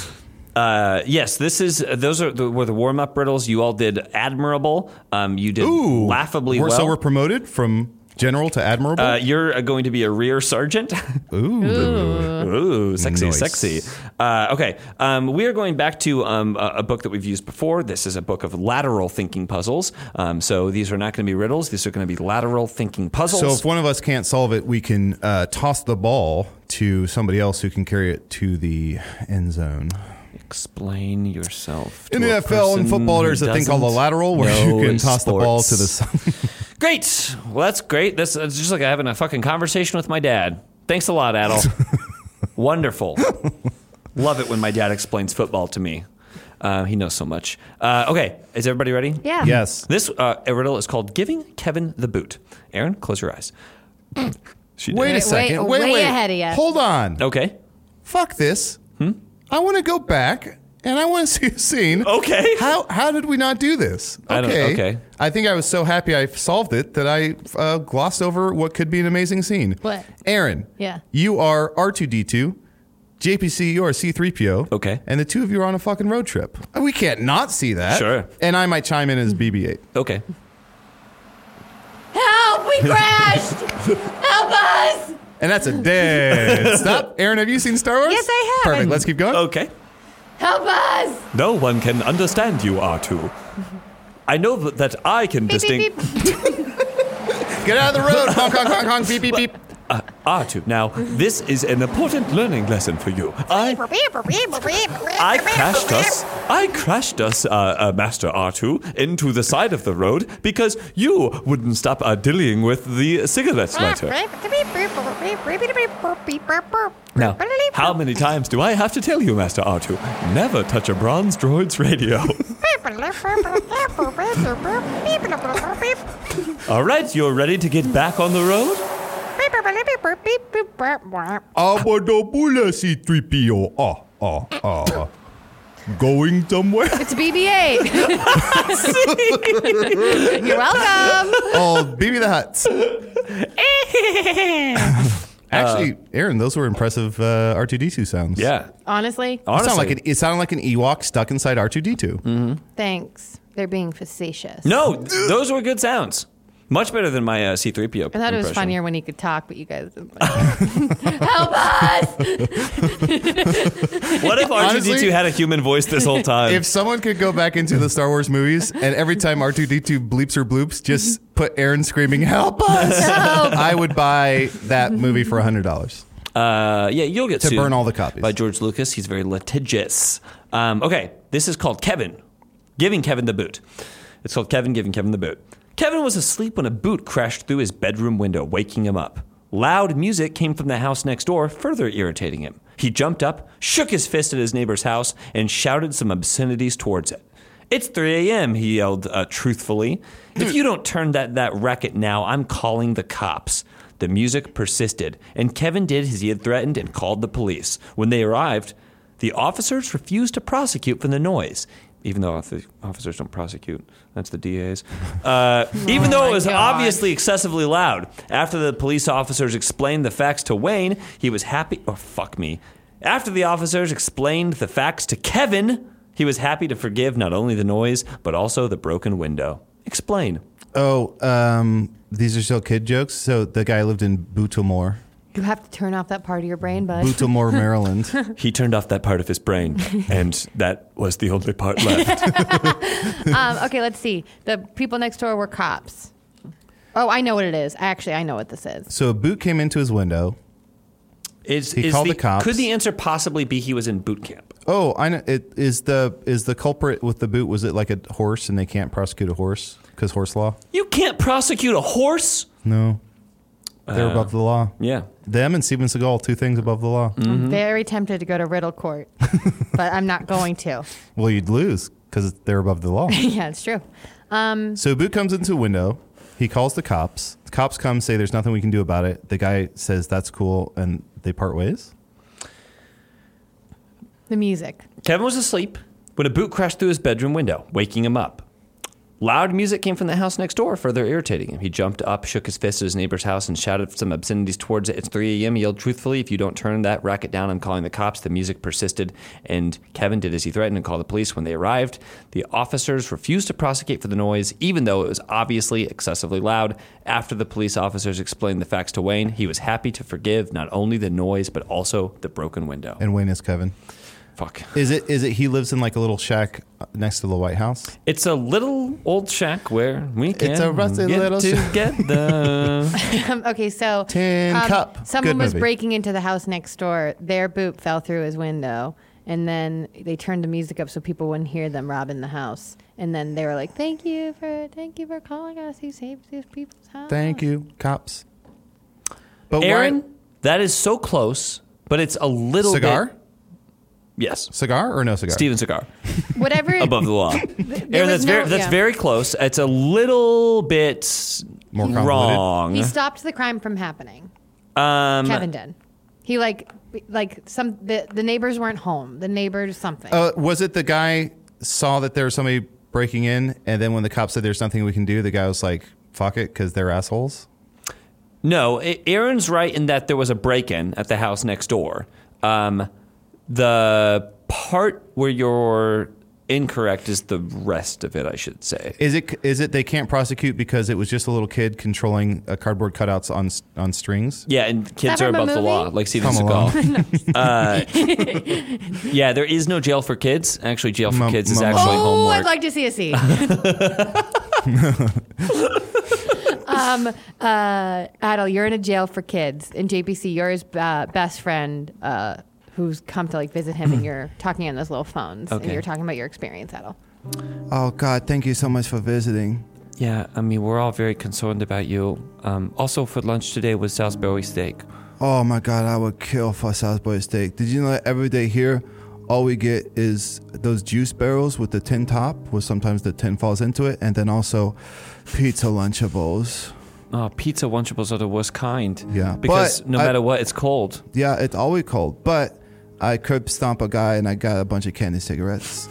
Speaker 4: Uh, yes, this is. uh, Those are the, were the warm up riddles. You all did admirable. Um, you did
Speaker 3: Ooh,
Speaker 4: laughably
Speaker 3: we're,
Speaker 4: well.
Speaker 3: So we're promoted from general to admirable.
Speaker 4: uh, you're uh, going to be a rear sergeant. <laughs>
Speaker 3: Ooh.
Speaker 4: Ooh, sexy,
Speaker 3: Uh-huh. Nice.
Speaker 4: sexy. Uh, okay, um, we are going back to um, a, a book that we've used before. This is a book of lateral thinking puzzles. Um, so these are not going to be riddles. These are going to be lateral thinking puzzles.
Speaker 3: So if one of us can't solve it, we can uh, toss the ball to somebody else who can carry it to the end zone.
Speaker 4: Explain yourself. to
Speaker 3: In the
Speaker 4: a
Speaker 3: NFL and
Speaker 4: person
Speaker 3: football,
Speaker 4: who
Speaker 3: there's a thing called a
Speaker 4: doesn't
Speaker 3: lateral where you
Speaker 4: know
Speaker 3: can toss the ball to the
Speaker 4: sports.
Speaker 3: sun.
Speaker 4: Great. Well, that's great. That's, that's just like having a fucking conversation with my dad. Thanks a
Speaker 3: <laughs>
Speaker 4: lot, Adel. Wonderful. Love it when my dad explains football to me. Uh, he knows so much. Uh, okay, is everybody ready?
Speaker 5: Yeah.
Speaker 3: yes.
Speaker 4: This uh, riddle is called "Giving Kevin the Boot." Aaron, close your eyes. she
Speaker 3: <laughs>
Speaker 4: did.
Speaker 3: Wait a
Speaker 5: Wait,
Speaker 3: second.
Speaker 5: wait,
Speaker 3: Wait,
Speaker 5: way
Speaker 3: wait.
Speaker 5: ahead of ya.
Speaker 3: Hold on.
Speaker 4: Okay.
Speaker 3: Fuck this. I want to go back and I want to <laughs> see a scene.
Speaker 4: Okay.
Speaker 3: How how did we not do this? Okay.
Speaker 4: I don't- okay.
Speaker 3: I think I was so happy I solved it that I uh, glossed over what could be an amazing scene.
Speaker 5: What?
Speaker 3: Aaron.
Speaker 5: Yeah.
Speaker 3: You are R2D2. JPC, you are C3PO.
Speaker 4: Okay.
Speaker 3: And the two of you are on a fucking road trip. We can't not see that.
Speaker 4: Sure.
Speaker 3: And I might chime in as BB8.
Speaker 4: Okay.
Speaker 5: Help!
Speaker 4: <laughs>
Speaker 5: We crashed! Help us!
Speaker 3: And that's a <laughs> dead stop. Aaron, have you seen Star Wars?
Speaker 5: Yes, I have.
Speaker 3: Perfect. Let's keep going.
Speaker 4: Okay.
Speaker 5: Help us!
Speaker 4: No one can understand you,
Speaker 5: <laughs>
Speaker 4: R2. I know th- that I can
Speaker 5: Beep,
Speaker 4: distinct.
Speaker 5: beep, beep.
Speaker 3: Get out of the road. honk, honk, honk, honk. Beep, beep, <laughs> beep.
Speaker 4: Uh, R2. Now, this is an important learning lesson for you. I I crashed us. I crashed us, uh, uh, Master R2, into the side of the road because you wouldn't stop uh, dillying with the cigarette lighter. Now, how many times do I have to tell you, Master R2? Never touch a bronze droid's radio. <laughs> All right, you're ready to get back on the road?
Speaker 3: Abadabula C3PO. Ah, ah, ah. Going somewhere?
Speaker 4: <laughs>
Speaker 5: It's BB-8. You're welcome.
Speaker 3: <laughs> oh, BB the <laughs> Hutt. Actually, Aaron, those were impressive uh, R2D2 sounds.
Speaker 4: Yeah.
Speaker 5: Honestly,
Speaker 3: It
Speaker 4: Honestly.
Speaker 3: sounded, like an, it sounded like an Ewok stuck inside R2D2.
Speaker 5: thanks. They're being facetious.
Speaker 4: no, those were good sounds. Much better than my uh, C3PO.
Speaker 5: I thought it was
Speaker 4: impression.
Speaker 5: funnier when he could talk, but you guys. Help us!
Speaker 4: What
Speaker 3: <laughs>
Speaker 4: if R2D2
Speaker 3: Honestly-
Speaker 4: had a human voice this whole time?
Speaker 3: <laughs> If someone could go back into the Star Wars movies and every time R2D2 bleeps or bloops, just put Aaron screaming, Help us! I would buy that movie for $100.
Speaker 4: Uh, yeah, you'll get
Speaker 3: To
Speaker 4: sued
Speaker 3: burn all the copies.
Speaker 4: by George Lucas. He's very litigious. Um, okay, this is called Kevin giving Kevin the boot. It's called Kevin giving Kevin the boot. Kevin was asleep when a boot crashed through his bedroom window, waking him up. Loud music came from the house next door, further irritating him. He jumped up, shook his fist at his neighbor's house, and shouted some obscenities towards it. It's 3 a.m., he yelled uh, truthfully. If you don't turn that, that racket now, I'm calling the cops. The music persisted, and Kevin did as he had threatened and called the police. When they arrived, the officers refused to prosecute for the noise. Even though the officers don't prosecute, that's the DAs. Uh, even though it
Speaker 5: my
Speaker 4: was
Speaker 5: God.
Speaker 4: obviously excessively loud. After the police officers explained the facts to Wayne, he was happy. Oh, fuck me. After the officers explained the facts to Kevin, he was happy to forgive not only the noise, but also the broken window. Explain.
Speaker 3: Oh, um, these are still kid jokes. So the guy lived in Buttermore,
Speaker 5: You have to turn off that part of your
Speaker 4: <laughs>
Speaker 5: brain, bud.
Speaker 3: Buttermore, Maryland.
Speaker 4: He turned off that part of
Speaker 3: <laughs>
Speaker 4: his brain, and that was the only part left.
Speaker 5: Um, okay, let's see. The people next door were cops. Oh, I know what it is. Actually, I know what this is.
Speaker 3: So a boot came into his window.
Speaker 4: Is,
Speaker 3: He called the cops.
Speaker 4: Could the answer possibly be he was in boot camp?
Speaker 3: Oh, I know. It, is the is the culprit with the boot? Was it like a horse, and they can't prosecute a horse? because horse law.
Speaker 4: You can't prosecute a horse.
Speaker 3: No, they're above the law.
Speaker 4: Yeah.
Speaker 3: Them and Steven Seagal, two things above the law.
Speaker 4: Mm-hmm.
Speaker 5: I'm very tempted to go to Riddle Court, but I'm not going to. <laughs>
Speaker 3: Well, you'd lose because they're above the law.
Speaker 5: Yeah, it's true.
Speaker 3: So Boot comes into a window. He calls the cops. The cops come, say there's nothing we can do about it. The guy says that's cool, and they part ways.
Speaker 5: The music.
Speaker 4: Kevin was asleep when a boot crashed through his bedroom window, waking him up. Loud music came from the house next door, further irritating him. He jumped up, shook his fist at his neighbor's house, and shouted some obscenities towards it. It's 3 a.m. He yelled truthfully, If you don't turn that racket down, I'm calling the cops. The music persisted, and Kevin did as he threatened and called the police. When they arrived, the officers refused to prosecute for the noise, even though it was obviously excessively loud. After the police officers explained the facts to Wayne, he was happy to forgive not only the noise, but also the broken window.
Speaker 3: And Wayne is Kevin.
Speaker 4: Fuck.
Speaker 3: Is it? Is it? He lives in like a little shack next to the White House.
Speaker 4: It's a little old shack where we can
Speaker 3: a rusty
Speaker 4: get
Speaker 3: little shack. <laughs>
Speaker 4: together.
Speaker 5: Um, okay, so
Speaker 3: Tin
Speaker 5: um,
Speaker 3: cup.
Speaker 5: Someone
Speaker 3: Good
Speaker 5: was
Speaker 3: movie.
Speaker 5: breaking into the house next door. Their boot fell through his window, and then they turned the music up so people wouldn't hear them robbing the house. And then they were like, "Thank you for, thank you for calling us. You saved these people's house."
Speaker 3: Thank you, cops. But why-
Speaker 4: Aaron, that is so close, but it's a little bit-
Speaker 3: cigar,
Speaker 4: Yes,
Speaker 3: cigar or no cigar?
Speaker 4: Steven cigar
Speaker 5: Whatever.
Speaker 4: above the
Speaker 5: <laughs>
Speaker 4: law. Aaron, that's
Speaker 5: was
Speaker 4: very
Speaker 5: no-
Speaker 4: that's
Speaker 5: yeah.
Speaker 4: very close. It's a little bit
Speaker 3: More convoluted.
Speaker 4: wrong.
Speaker 5: He stopped the crime from happening.
Speaker 4: Um,
Speaker 5: Kevin did. He like, like some the, the neighbors weren't home. The neighbors something.
Speaker 3: Uh, was it the guy saw that there was somebody breaking in, and then when the cops said there's nothing we can do, the guy was like, "Fuck it," because they're assholes.
Speaker 4: No, A- Aaron's right in that there was a break in at the house next door. Um, the part where you're incorrect is the rest of it, I should say.
Speaker 3: Is it? Is it? They can't prosecute because it was just a little kid controlling uh, cardboard cutouts on s- on strings.
Speaker 4: Yeah, and kids are
Speaker 5: from a
Speaker 4: above the
Speaker 5: movie?
Speaker 4: law, like Steven
Speaker 3: Come
Speaker 4: Seagal.
Speaker 3: <laughs>
Speaker 4: uh, yeah, there is no jail for kids. Actually, jail for
Speaker 3: Mum-
Speaker 4: kids is
Speaker 3: mum-
Speaker 4: actually
Speaker 5: oh,
Speaker 4: homework.
Speaker 5: I'd like to see
Speaker 4: <laughs>
Speaker 5: a scene. um, uh, Adel, you're in a jail for kids, and JPC, you're his uh, best friend uh, who's come to like visit him, and
Speaker 4: <clears throat>
Speaker 5: you're talking on those little phones, and
Speaker 4: Okay.
Speaker 5: you're talking about your experience, Adel.
Speaker 3: Oh God, thank you so much for visiting.
Speaker 4: yeah, I mean, we're all very concerned about you. Um, also, for lunch today was Salisbury steak.
Speaker 3: Oh my God, I would kill for Salisbury steak. Did you know that every day here, all we get is those juice barrels with the tin top, where sometimes the tin falls into it, and then also pizza lunchables.
Speaker 4: Oh, pizza Lunchables are the worst kind.
Speaker 3: Yeah,
Speaker 4: Because
Speaker 3: but
Speaker 4: no
Speaker 3: I-
Speaker 4: matter what, it's cold.
Speaker 3: Yeah, it's always cold, but I curb stomp a guy and I got a bunch of candy cigarettes.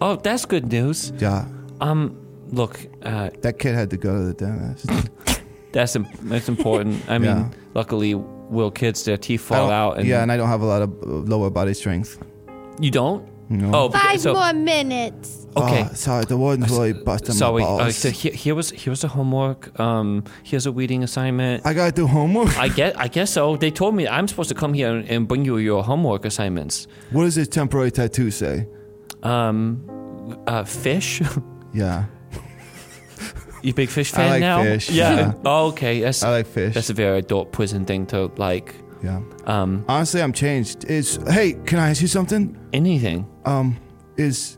Speaker 4: Oh, that's good news.
Speaker 3: Yeah,
Speaker 4: Um, look, uh,
Speaker 3: that kid had to go to the dentist.
Speaker 4: that's im-
Speaker 3: <laughs>
Speaker 4: that's important. I mean,
Speaker 3: Yeah.
Speaker 4: luckily, Will kids their teeth
Speaker 3: I
Speaker 4: fall
Speaker 3: don't-
Speaker 4: out, and
Speaker 3: yeah, and I don't have a lot of uh, lower body strength.
Speaker 4: you don't.
Speaker 3: No.
Speaker 4: Oh, because- so,
Speaker 5: minutes.
Speaker 4: Oh, Okay.
Speaker 3: Ah, sorry, the warden's really busting my
Speaker 4: Sorry.
Speaker 3: balls.
Speaker 4: Uh, so here, here was here was the homework. Um, here's a reading assignment. I,
Speaker 3: I gotta do homework.
Speaker 4: get. I guess so. They told me I'm supposed to come here and, and bring you your homework assignments.
Speaker 3: what does this temporary tattoo say?
Speaker 4: Um, uh, fish. <laughs>
Speaker 3: Yeah,
Speaker 4: you big fish
Speaker 3: I
Speaker 4: fan
Speaker 3: like
Speaker 4: now?
Speaker 3: fish,
Speaker 4: Yeah.
Speaker 3: yeah.
Speaker 4: <laughs> Oh, okay. That's
Speaker 3: I like fish.
Speaker 4: that's a very adult prison thing to like.
Speaker 3: yeah.
Speaker 4: Um,
Speaker 3: Honestly, I'm changed. Is hey, can I ask you something?
Speaker 4: anything.
Speaker 3: Um, is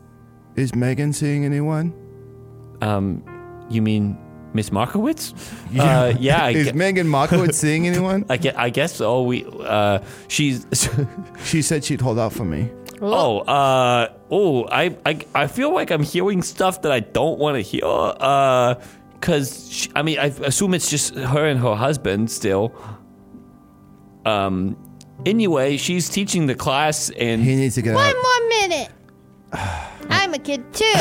Speaker 3: is Megan seeing anyone?
Speaker 4: Um, you mean Miss Markowitz? Yeah. Uh,
Speaker 3: <laughs>
Speaker 4: yeah. I,
Speaker 3: is
Speaker 4: gue-
Speaker 3: Megan
Speaker 4: <laughs>
Speaker 3: Markowitz seeing anyone?
Speaker 4: I guess, I guess so. We, uh, she's, <laughs>
Speaker 3: She said she'd hold out for me.
Speaker 4: oh, uh, oh, I, I, I feel like I'm hearing stuff that I don't want to hear. Uh, cause she, I mean, I assume it's just her and her husband still. Um, anyway, she's teaching the class
Speaker 3: He
Speaker 4: and
Speaker 3: needs to get out.
Speaker 6: One minute.
Speaker 4: <sighs>
Speaker 6: I'm a kid too.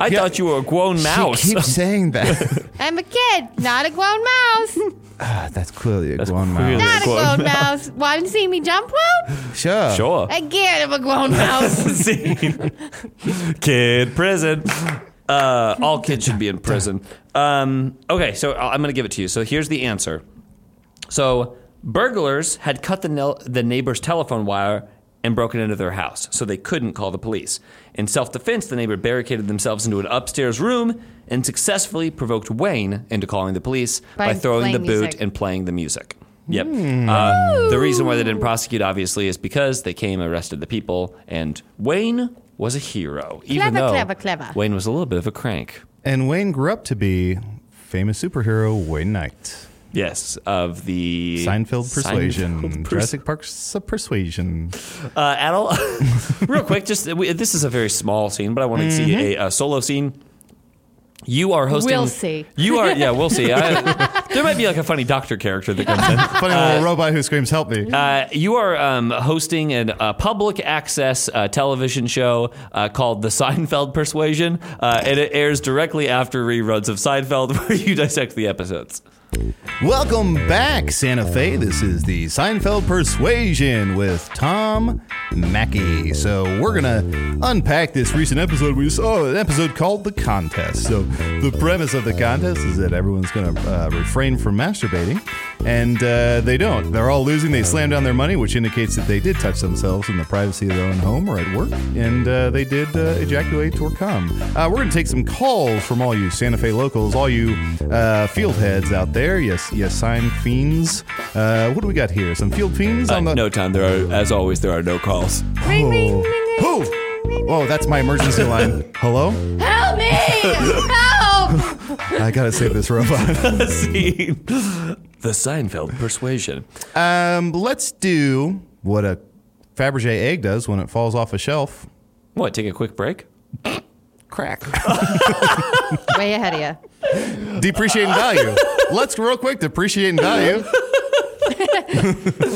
Speaker 4: I thought you were a grown mouse.
Speaker 3: She keeps
Speaker 4: <laughs>
Speaker 3: saying that.
Speaker 6: I'm a kid, not a grown mouse.
Speaker 4: <laughs>
Speaker 3: Ah, that's clearly a grown
Speaker 4: clearly-
Speaker 6: Not
Speaker 3: mouse.
Speaker 6: a grown mouse. Want to see me jump rope?
Speaker 3: Sure.
Speaker 4: sure.
Speaker 6: I get I'm a
Speaker 4: <laughs>
Speaker 6: grown mouse.
Speaker 4: scene. <laughs> Kid prison. Uh, all kids should <laughs> be in prison. Um, okay, so I- I'm going to give it to you. So here's the answer. So burglars had cut the, nel- the neighbor's telephone wire and broken into their house, so they couldn't call the police. In self defense, the neighbor barricaded themselves into an upstairs room and successfully provoked Wayne into calling the police by,
Speaker 5: By
Speaker 4: throwing the
Speaker 5: playing
Speaker 4: boot
Speaker 5: music.
Speaker 4: and playing the music. Yep. Uh, the reason why they didn't prosecute, obviously, is because they came, arrested the people, and Wayne was a hero, even
Speaker 5: Clever,
Speaker 4: though
Speaker 5: clever, clever.
Speaker 4: Wayne was a little bit of a crank.
Speaker 3: And Wayne grew up to be famous superhero Wayne Knight.
Speaker 4: Yes, of the
Speaker 3: Seinfeld Persuasion,
Speaker 4: Seinfeld Pers-
Speaker 3: Jurassic Park Su- Persuasion.
Speaker 4: Uh, Adel, <laughs> real quick, just we, this is a very small scene, but I want to see a, uh solo scene. You are hosting.
Speaker 5: Mm-hmm. We'll see.
Speaker 4: You are, yeah, we'll see.
Speaker 5: <laughs>
Speaker 4: I, there might be like a funny doctor character that comes in.
Speaker 3: Funny little robot who screams, "Help me!"
Speaker 4: Uh, you are um, hosting a uh, public access uh, television show uh, called The Seinfeld Persuasion, uh, and it airs directly after reruns of Seinfeld, <laughs> where you dissect the episodes.
Speaker 3: Welcome back, Santa Fe. This is the Seinfeld Persuasion with Tom Mackey. So, we're going to unpack this recent episode we saw, an episode called The Contest. So, the premise of the contest is that everyone's going to uh, refrain from masturbating, and uh, they don't. They're all losing. They slam down their money, which indicates that they did touch themselves in the privacy of their own home or at work, and uh, they did uh, ejaculate or come. Uh, we're going to take some calls from all you Santa Fe locals, all you uh, field heads out there. Yes, yes, sign fiends. Uh, what do we got here? Some field fiends
Speaker 4: Uh,
Speaker 3: on the.
Speaker 4: no time. There are, as always, there are no <laughs> calls.
Speaker 6: Ring, ring, ring, ring.
Speaker 3: Who? Oh, that's my emergency line. Hello?
Speaker 6: Help me!
Speaker 4: <laughs>
Speaker 6: Help!
Speaker 3: I gotta save this robot. <laughs>
Speaker 4: scene. The Seinfeld Persuasion.
Speaker 3: um, let's do what a Fabergé egg does when it falls off a shelf.
Speaker 4: What? Take a quick break.
Speaker 3: Crack.
Speaker 5: Way ahead of you.
Speaker 3: Depreciating value. Let's real quick depreciate in value.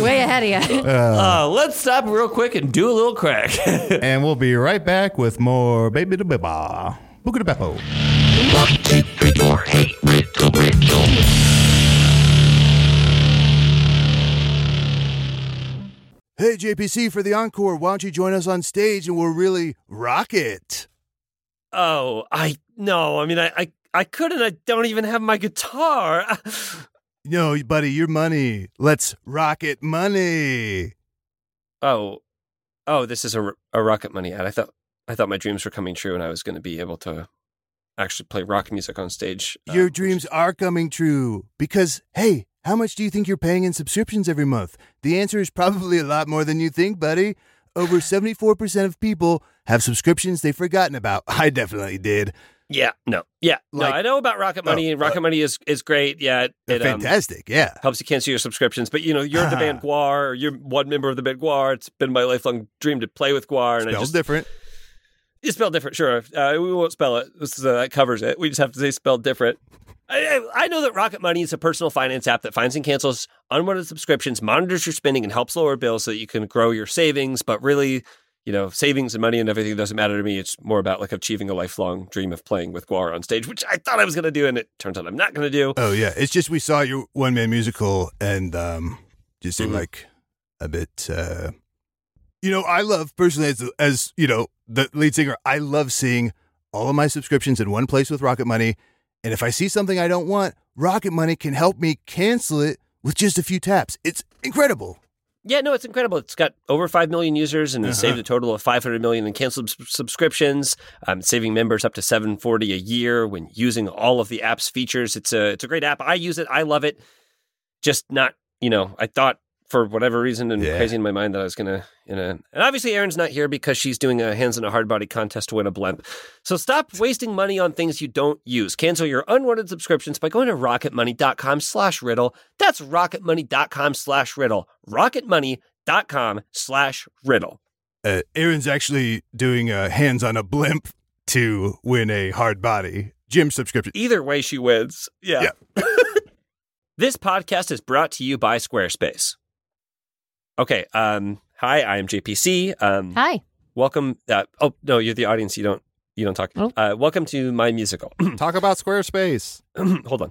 Speaker 5: Way ahead of you. <laughs>
Speaker 4: Uh, let's stop real quick and do a little crack.
Speaker 3: And we'll be right back with more Baby to Beba. Book to Beppo.
Speaker 7: Hey, JPC, for the encore, why don't you join us on stage and we'll really rock it?
Speaker 8: Oh, I no. I mean, I, I, I couldn't. I don't even have my guitar. <laughs>
Speaker 7: No, buddy, your money. Let's rock it money.
Speaker 8: Oh, oh, this is a, r- a Rocket Money ad. I thought I thought my dreams were coming true, and I was going to be able to actually play rock music on stage. uh,
Speaker 7: Your
Speaker 8: which-
Speaker 7: dreams are coming true because, hey, how much do you think you're paying in subscriptions every month? The answer is probably a lot more than you think, buddy. Over
Speaker 8: <sighs>
Speaker 7: 74% of people have subscriptions they've forgotten about. <laughs> I definitely did.
Speaker 8: Yeah, no, yeah,
Speaker 7: Like-
Speaker 8: no. I know about Rocket Money.
Speaker 7: Oh,
Speaker 8: and Rocket Money is is great. Yeah, it, it, um,
Speaker 7: Fantastic, yeah.
Speaker 8: helps you cancel your subscriptions. But you know, you're the
Speaker 7: <sighs>
Speaker 8: band Guar. Or you're one member of the band Guar. It's been my lifelong dream to play with Guar, and I
Speaker 7: Spelled
Speaker 8: just
Speaker 7: different.
Speaker 8: It's spelled different, sure. Uh, we won't spell it. This is, uh, that covers it. We just have to say spelled different. I, I I know that Rocket Money is a personal finance app that finds and cancels unwanted subscriptions, monitors your spending, and helps lower bills so that you can grow your savings. But really, you know, savings and money and everything doesn't matter to me. It's more about like achieving a lifelong dream of playing with Guar on stage, which I thought I was going to do, and it turns out I'm not going to do.
Speaker 7: Oh yeah, it's just we saw your one man musical and um just seemed
Speaker 8: Mhm.
Speaker 7: like a bit uh you know, I love personally as as you know, the lead singer, I love seeing all of my subscriptions in one place with Rocket Money. And if I see something I don't want, Rocket Money can help me cancel it with just a few taps. It's incredible.
Speaker 8: Yeah, no, it's incredible. It's got over 5 million users and has
Speaker 7: Uh-huh.
Speaker 8: saved a total of 500 million in canceled s- subscriptions, um, saving members up to 740 a year when using all of the app's features. It's a it's a great app. I use it. I love it. Just not, you know, I thought for whatever reason and
Speaker 7: Yeah.
Speaker 8: crazy in my mind that I was going to, you know. And obviously Erin's not here because she's doing a hands in a hard body contest to win a blimp. So stop wasting money on things you don't use. Cancel your unwanted subscriptions by going to rocketmoney.com slash riddle. That's rocketmoney.com slash riddle. Rocketmoney.com slash riddle.
Speaker 7: Uh, Aaron's actually doing uh, hands on a blimp to win a hard body gym subscription.
Speaker 8: Either way, she wins. Yeah. <laughs> this podcast is brought to you by Squarespace. Okay. Um, hi, I am JPC. Um,
Speaker 5: Hi.
Speaker 8: welcome. Uh, oh no, you're the audience. You don't. You don't talk.
Speaker 5: Oh.
Speaker 8: Uh, welcome to my musical. <clears throat>
Speaker 3: Talk about Squarespace.
Speaker 8: Hold on.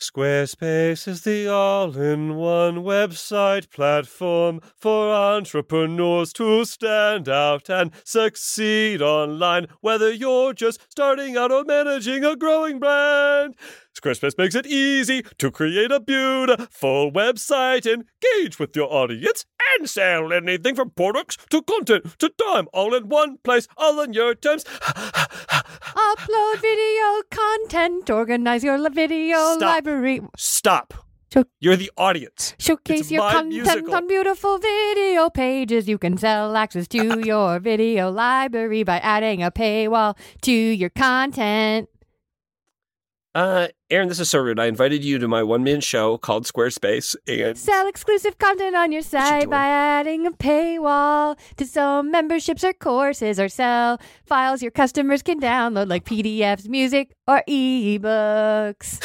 Speaker 8: Squarespace is the all in one website platform for entrepreneurs to stand out and succeed online, whether you're just starting out or managing a growing brand. Squarespace makes it easy to create a beautiful website, engage with your audience, and sell anything from products to content to time all in one place, all on your terms. <sighs>
Speaker 5: Upload video content. Organize your li- video
Speaker 8: Stop.
Speaker 5: library.
Speaker 8: Stop.
Speaker 5: Cho-
Speaker 8: You're the audience.
Speaker 5: Showcase
Speaker 8: It's
Speaker 5: your
Speaker 8: my
Speaker 5: content
Speaker 8: musical.
Speaker 5: on beautiful video pages. You can sell access
Speaker 8: <laughs>
Speaker 5: to your video library by adding a paywall to your content.
Speaker 8: Uh, Aaron, this is so rude. I invited you to my one man show called Squarespace, and
Speaker 5: Sell exclusive content on your site by adding a paywall to some memberships or courses or sell files your customers can download like PDFs, music, or ebooks.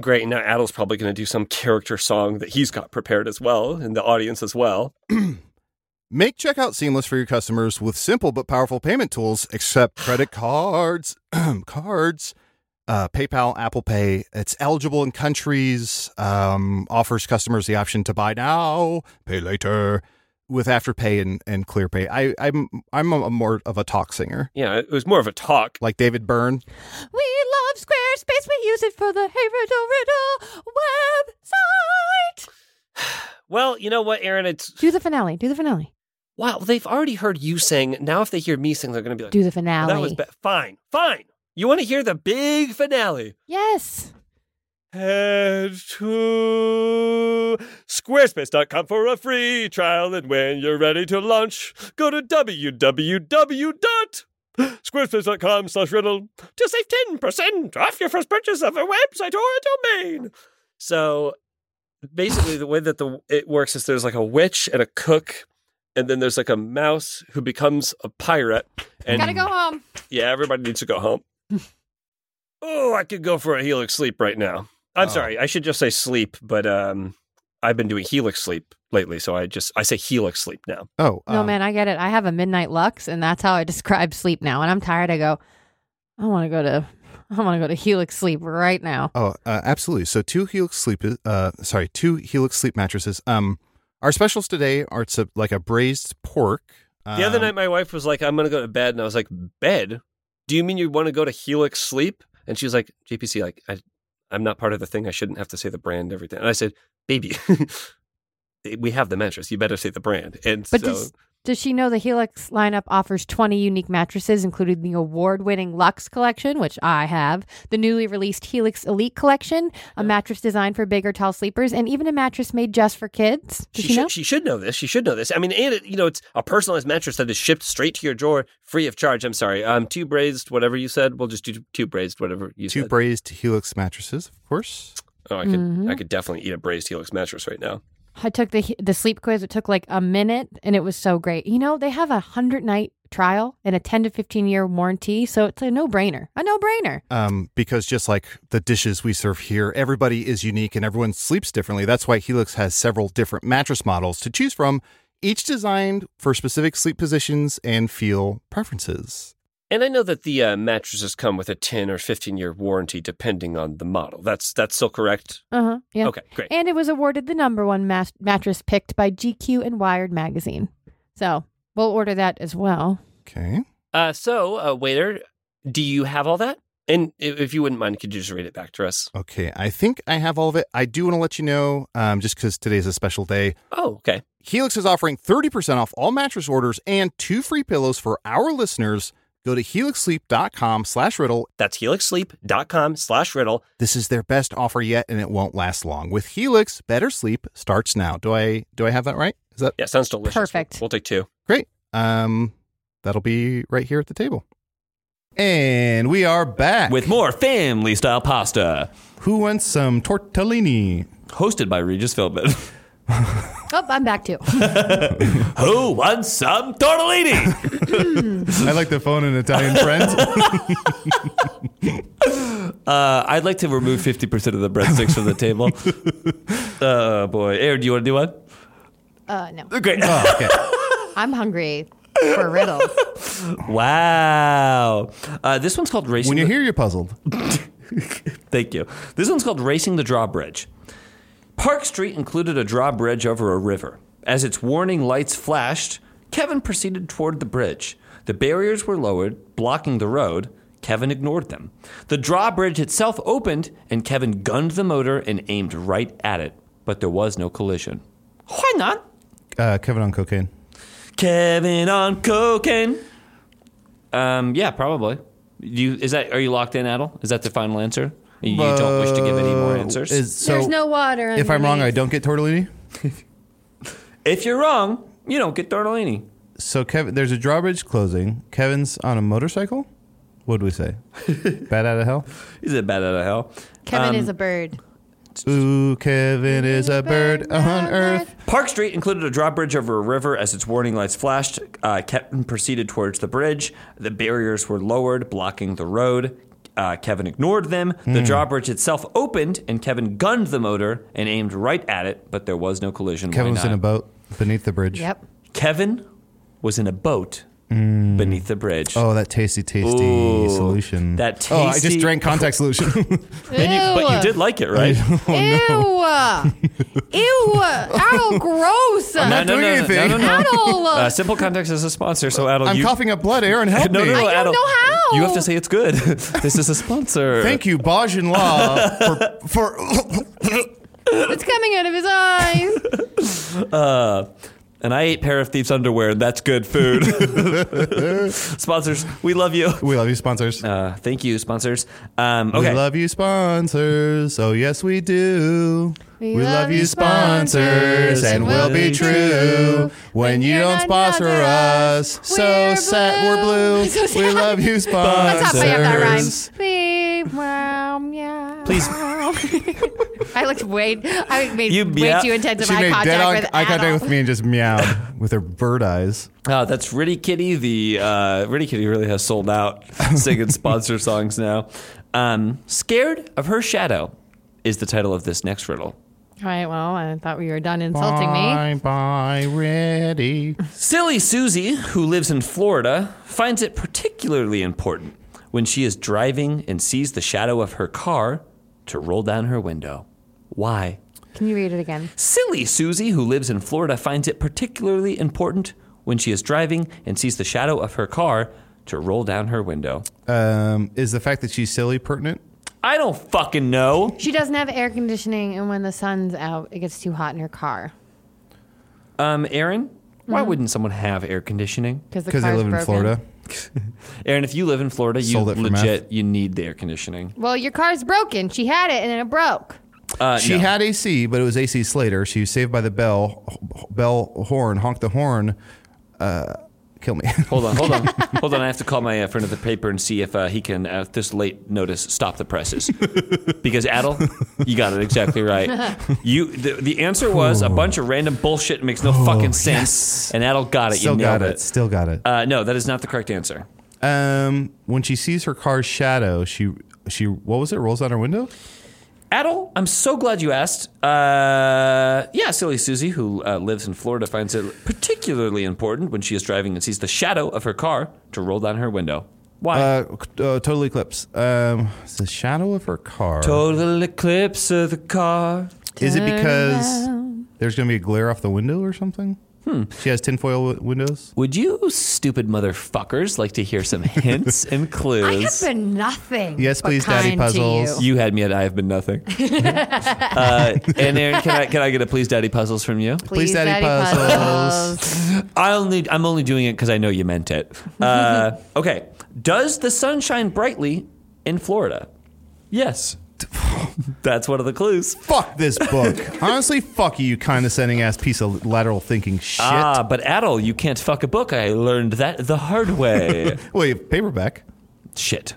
Speaker 8: great. Now Adle's probably going to do some character song that he's got prepared as well, and the audience as well.
Speaker 3: Make checkout seamless for your customers with simple but powerful payment tools, except credit cards, <clears throat> cards, uh, PayPal, Apple Pay. It's eligible in countries, um, offers customers the option to buy now, pay later with Afterpay and, and ClearPay. I, I'm, I'm a, more of a talk singer,
Speaker 8: Yeah, it was more of a talk.
Speaker 3: like David Byrne.
Speaker 5: We love Squarespace. We use it for the Hey Riddle Riddle website.
Speaker 8: Well, you know what, Aaron? It's
Speaker 5: Do the finale. Do the finale.
Speaker 8: wow. They've already heard you sing. Now, if they hear me sing, they're going to be like,
Speaker 5: Do the finale.
Speaker 8: "That was ba- fine, fine." You want to hear the big finale?
Speaker 5: yes.
Speaker 9: Head to squarespace.com for a free trial, and when you're ready to launch, go to www.squarespace.com slash riddle to save 10% off your first purchase of a website or a domain.
Speaker 8: So basically, the way that the it works is there's like a witch and a cook, and then there's like a mouse who becomes a pirate. And
Speaker 5: Gotta go home.
Speaker 8: yeah, everybody needs to go home. <laughs> oh, I could go for a helix sleep right now. I'm
Speaker 3: Oh.
Speaker 8: sorry, I should just say sleep, but um, I've been doing helix sleep lately, so I just I say helix sleep now.
Speaker 3: Oh,
Speaker 5: No,
Speaker 3: um,
Speaker 5: man, I get it. I have a midnight lux, and that's how I describe sleep now. And I'm tired. I go, I want to go to, I want to go to Helix sleep right now.
Speaker 3: Oh, uh, absolutely. So two Helix sleep, uh, sorry, two Helix sleep mattresses. Um, our specials today are it's a, like a braised pork.
Speaker 8: The other
Speaker 3: um,
Speaker 8: night, my wife was like, "I'm gonna go to bed," and I was like, "Bed? Do you mean you want to go to helix sleep?" And she was like, "JPC, like I, I'm not part of the thing. I shouldn't have to say the brand every time." And I said, "Baby." <laughs> We have the mattress. You better say the brand. And
Speaker 5: But
Speaker 8: so,
Speaker 5: does does she know the Helix lineup offers 20 unique mattresses, including the award-winning Lux collection, which I have, the newly released Helix Elite collection, a mattress designed for big or tall sleepers, and even a mattress made just for kids. Does she,
Speaker 8: should,
Speaker 5: know?
Speaker 8: she should know this. She should know this. I mean, and it, you know, it's a personalized mattress that is shipped straight to your drawer, free of charge. I'm sorry. Um, two braised, whatever you said. We'll just do two braised, whatever you
Speaker 3: two
Speaker 8: said.
Speaker 3: braised Helix mattresses, of course.
Speaker 8: oh, I could,
Speaker 5: Mm-hmm.
Speaker 8: I could definitely eat a braised Helix mattress right now.
Speaker 5: I took the the sleep quiz. It took like a minute, and it was so great. You know, they have a hundred night trial and a ten to fifteen year warranty, so it's a no brainer. A no brainer.
Speaker 3: Um, because just like the dishes we serve here, everybody is unique and everyone sleeps differently. That's why Helix has several different mattress models to choose from, each designed for specific sleep positions and feel preferences.
Speaker 8: And I know that the uh, mattresses come with a 10 or 15 year warranty, depending on the model. That's that's still correct.
Speaker 5: Uh huh. Yeah.
Speaker 8: Okay, great.
Speaker 5: And it was awarded the number one mas- mattress picked by GQ and Wired magazine. So we'll order that as well.
Speaker 3: Okay.
Speaker 8: Uh, so, uh, waiter, do you have all that? And i- if you wouldn't mind, could you just read it back to us?
Speaker 3: Okay. I think I have all of it. I do want to let you know, um, just because today's a special day,
Speaker 8: Oh, okay.
Speaker 3: Helix is offering 30% off all mattress orders and two free pillows for our listeners. Go to helixsleep.com slash riddle.
Speaker 8: That's helixsleep.com slash riddle.
Speaker 3: This is their best offer yet, and it won't last long. With Helix, better sleep starts now. Do I do I have that right? Is that
Speaker 8: Yeah, sounds delicious. We'll-
Speaker 5: Perfect.
Speaker 8: we'll take two.
Speaker 3: great? Um, that'll be right here at the table.
Speaker 10: And we are back
Speaker 4: with more family style pasta,
Speaker 10: Who Wants Some Tortellini?
Speaker 4: hosted by Regis Philbin. <laughs>
Speaker 5: Oh, I'm back too. <laughs>
Speaker 4: Who wants some tortellini?
Speaker 10: I like the phone an Italian friend.
Speaker 4: <laughs> uh, I'd like to remove fifty percent of the breadsticks from the table. <laughs> Oh boy, Aaron, do you want to do one? Oh,
Speaker 5: Uh, no,
Speaker 4: Great.
Speaker 5: I'm hungry
Speaker 10: <laughs>
Speaker 5: for riddles.
Speaker 4: Wow. Uh, this one's called racing.
Speaker 10: when you're
Speaker 4: the-
Speaker 10: here, you're puzzled.
Speaker 4: Thank you. This one's called Racing the Drawbridge. Park Street included a drawbridge over a river. As its warning lights flashed, Kevin proceeded toward the bridge. The barriers were lowered, blocking the road. Kevin ignored them. The drawbridge itself opened, and Kevin gunned the motor and aimed right at it, but there was no collision. Why not?
Speaker 10: Uh, Kevin on cocaine.
Speaker 4: Kevin on cocaine. Um, yeah, probably. You is that? Are you locked in, Adel? Is that the final answer? You, you don't wish to give any more
Speaker 10: Uh,
Speaker 4: answers.
Speaker 10: is- so
Speaker 5: There's no water.
Speaker 10: If I'm wrong, I
Speaker 5: underneath.
Speaker 10: don't get tortellini.
Speaker 4: if you're wrong, you don't get tortellini.
Speaker 10: So Kevin, there's a drawbridge closing. Kevin's on a motorcycle.
Speaker 3: What did we
Speaker 4: <laughs>
Speaker 3: say? Bat out of hell?
Speaker 4: He's a bat out of hell.
Speaker 5: Kevin
Speaker 4: Um,
Speaker 5: is a bird.
Speaker 3: Ooh, Kevin is a bird on earth.
Speaker 4: Park Street included a drawbridge over a river as its warning lights flashed. Uh, Kevin proceeded towards the bridge. The barriers were lowered, blocking the road. Uh, Kevin ignored them. The drawbridge itself opened, and Kevin gunned the motor and aimed right at it, but there was no collision. Why
Speaker 3: Kevin was in a
Speaker 4: not?
Speaker 3: boat beneath the
Speaker 10: <laughs>
Speaker 3: bridge.
Speaker 5: Yep.
Speaker 4: Kevin was in a boat beneath the bridge.
Speaker 3: Mm. Oh, that tasty, tasty
Speaker 4: Ooh,
Speaker 3: solution.
Speaker 4: that
Speaker 3: Oh, I just
Speaker 4: tasty-
Speaker 3: drank
Speaker 4: <laughs>
Speaker 3: contact solution.
Speaker 4: And you- but you did like
Speaker 3: <laughs>
Speaker 4: it, right?
Speaker 10: Oh, <laughs>
Speaker 5: Ew. Ew. Ow, gross.
Speaker 4: no, no,
Speaker 3: doing
Speaker 4: no,
Speaker 3: anything.
Speaker 4: no, no, no.
Speaker 5: Adel.
Speaker 4: Uh, Simple Context is a sponsor, so Adel,
Speaker 3: I'm
Speaker 4: you, <laughs>
Speaker 3: coughing up blood, Aaron. Help
Speaker 4: no,
Speaker 3: me.
Speaker 4: no, no,
Speaker 5: I
Speaker 4: Adel,
Speaker 5: don't know how.
Speaker 4: You have to say it's good. <laughs> this is a sponsor.
Speaker 3: Thank you, Baj and
Speaker 4: <laughs>
Speaker 3: Law, for. <laughs> for
Speaker 5: It's coming out of his eyes.
Speaker 4: <laughs> And I ate pair of thieves underwear. and That's
Speaker 3: <laughs>
Speaker 4: good food. <laughs> sponsors, we love you.
Speaker 3: we love you, sponsors.
Speaker 4: Uh, thank you, sponsors. Um,
Speaker 3: We
Speaker 4: okay,
Speaker 3: love you, sponsors. Oh, yes, we do. We, love you, sponsors, and we'll be true. When you
Speaker 5: you're
Speaker 3: don't
Speaker 5: not
Speaker 3: sponsor
Speaker 5: under
Speaker 3: us,
Speaker 5: us,
Speaker 3: so
Speaker 5: we're
Speaker 3: sad we're blue.
Speaker 5: blue.
Speaker 3: <laughs>
Speaker 5: So
Speaker 3: We
Speaker 5: sad.
Speaker 3: love you,
Speaker 5: Let's not play up that rhyme.
Speaker 3: sponsors.
Speaker 5: We wow meow.
Speaker 4: Please.
Speaker 5: I looked way. I made
Speaker 4: You
Speaker 5: way
Speaker 4: meow-
Speaker 5: too intense
Speaker 3: She
Speaker 5: of eye
Speaker 3: made dead
Speaker 5: contact
Speaker 3: eye,
Speaker 5: with
Speaker 3: eye contact
Speaker 5: Adel.
Speaker 3: with me and just meowed with her bird eyes.
Speaker 4: uh, that's Ritty Kitty. The uh, Ritty Kitty really has sold out singing sponsor songs now. Um, Scared of her shadow is the title of this next riddle.
Speaker 5: All right. Well, I thought we were done insulting me.
Speaker 3: Bye, bye, ready.
Speaker 4: Silly Susie, who lives in Florida, finds it particularly important when she is driving and sees the shadow of her car to roll down her window. Why?
Speaker 5: Can you read it again?
Speaker 4: Silly Susie, who lives in Florida, finds it particularly important when she is driving and sees the shadow of her car to roll down her window.
Speaker 3: Um, is the fact that she's silly pertinent?
Speaker 4: I don't fucking know.
Speaker 5: She doesn't have air conditioning, and when the sun's out, it gets too hot in her car
Speaker 4: Um, Aaron, why wouldn't someone have air conditioning?
Speaker 5: because the
Speaker 3: Because they
Speaker 5: car's
Speaker 3: live in
Speaker 5: broken.
Speaker 3: Florida.
Speaker 4: Aaron, if you live in Florida, you
Speaker 3: Sold it for
Speaker 4: legit you need the air conditioning.
Speaker 5: Well, your car's broken. She had it, and then it broke.
Speaker 4: Uh,
Speaker 3: She
Speaker 4: no.
Speaker 3: had AC, but it was AC Slater. She was saved by the bell, bell horn, honk the horn. Uh, kill me. <laughs>
Speaker 4: Hold on, hold on, hold on. I have to call my uh, friend of the paper and see if uh, he can, at this late notice, stop
Speaker 3: <laughs>
Speaker 4: the presses. because Adel, you got it
Speaker 3: <laughs>
Speaker 4: exactly right. You, the, the answer was a bunch of random bullshit makes no fucking sense. And Adel got it.
Speaker 3: Still
Speaker 4: you nailed
Speaker 3: got it. Still got it.
Speaker 4: Uh, no, that is not the correct answer.
Speaker 3: Um, when she sees her car's shadow, she she what was it? Rolls down her window.
Speaker 4: Adel, I'm so glad you asked. Uh, yeah, silly Susie, who uh, lives in Florida, finds it particularly important when she is driving and sees the shadow of her car to roll down her window. Why?
Speaker 3: Uh, c- uh, total eclipse. Um, it's the shadow of her car.
Speaker 4: Total eclipse of the car.
Speaker 3: Is it because there's going to be a glare off the window or something? Hmm. She has tinfoil w- windows.
Speaker 4: Would you stupid motherfuckers like to hear <laughs> some hints and
Speaker 5: I have
Speaker 4: clues?
Speaker 5: been nothing.
Speaker 3: Yes,
Speaker 5: but
Speaker 3: please, Daddy
Speaker 5: kind to
Speaker 3: Puzzles.
Speaker 4: you had me at I have been <laughs> nothing. uh, and Aaron, can I can I get a please daddy puzzles from you?
Speaker 3: Please, Daddy Puzzles.
Speaker 4: I only I'm only doing it because I know you meant it. Uh, okay. Does the sun shine brightly in Florida? Yes. That's one of the clues.
Speaker 3: Fuck this book. Honestly, fuck you, you condescending ass piece of lateral thinking shit.
Speaker 4: Ah, but Adel, you can't fuck a book. I learned that the hard way.
Speaker 3: Wait, paperback.
Speaker 4: Shit.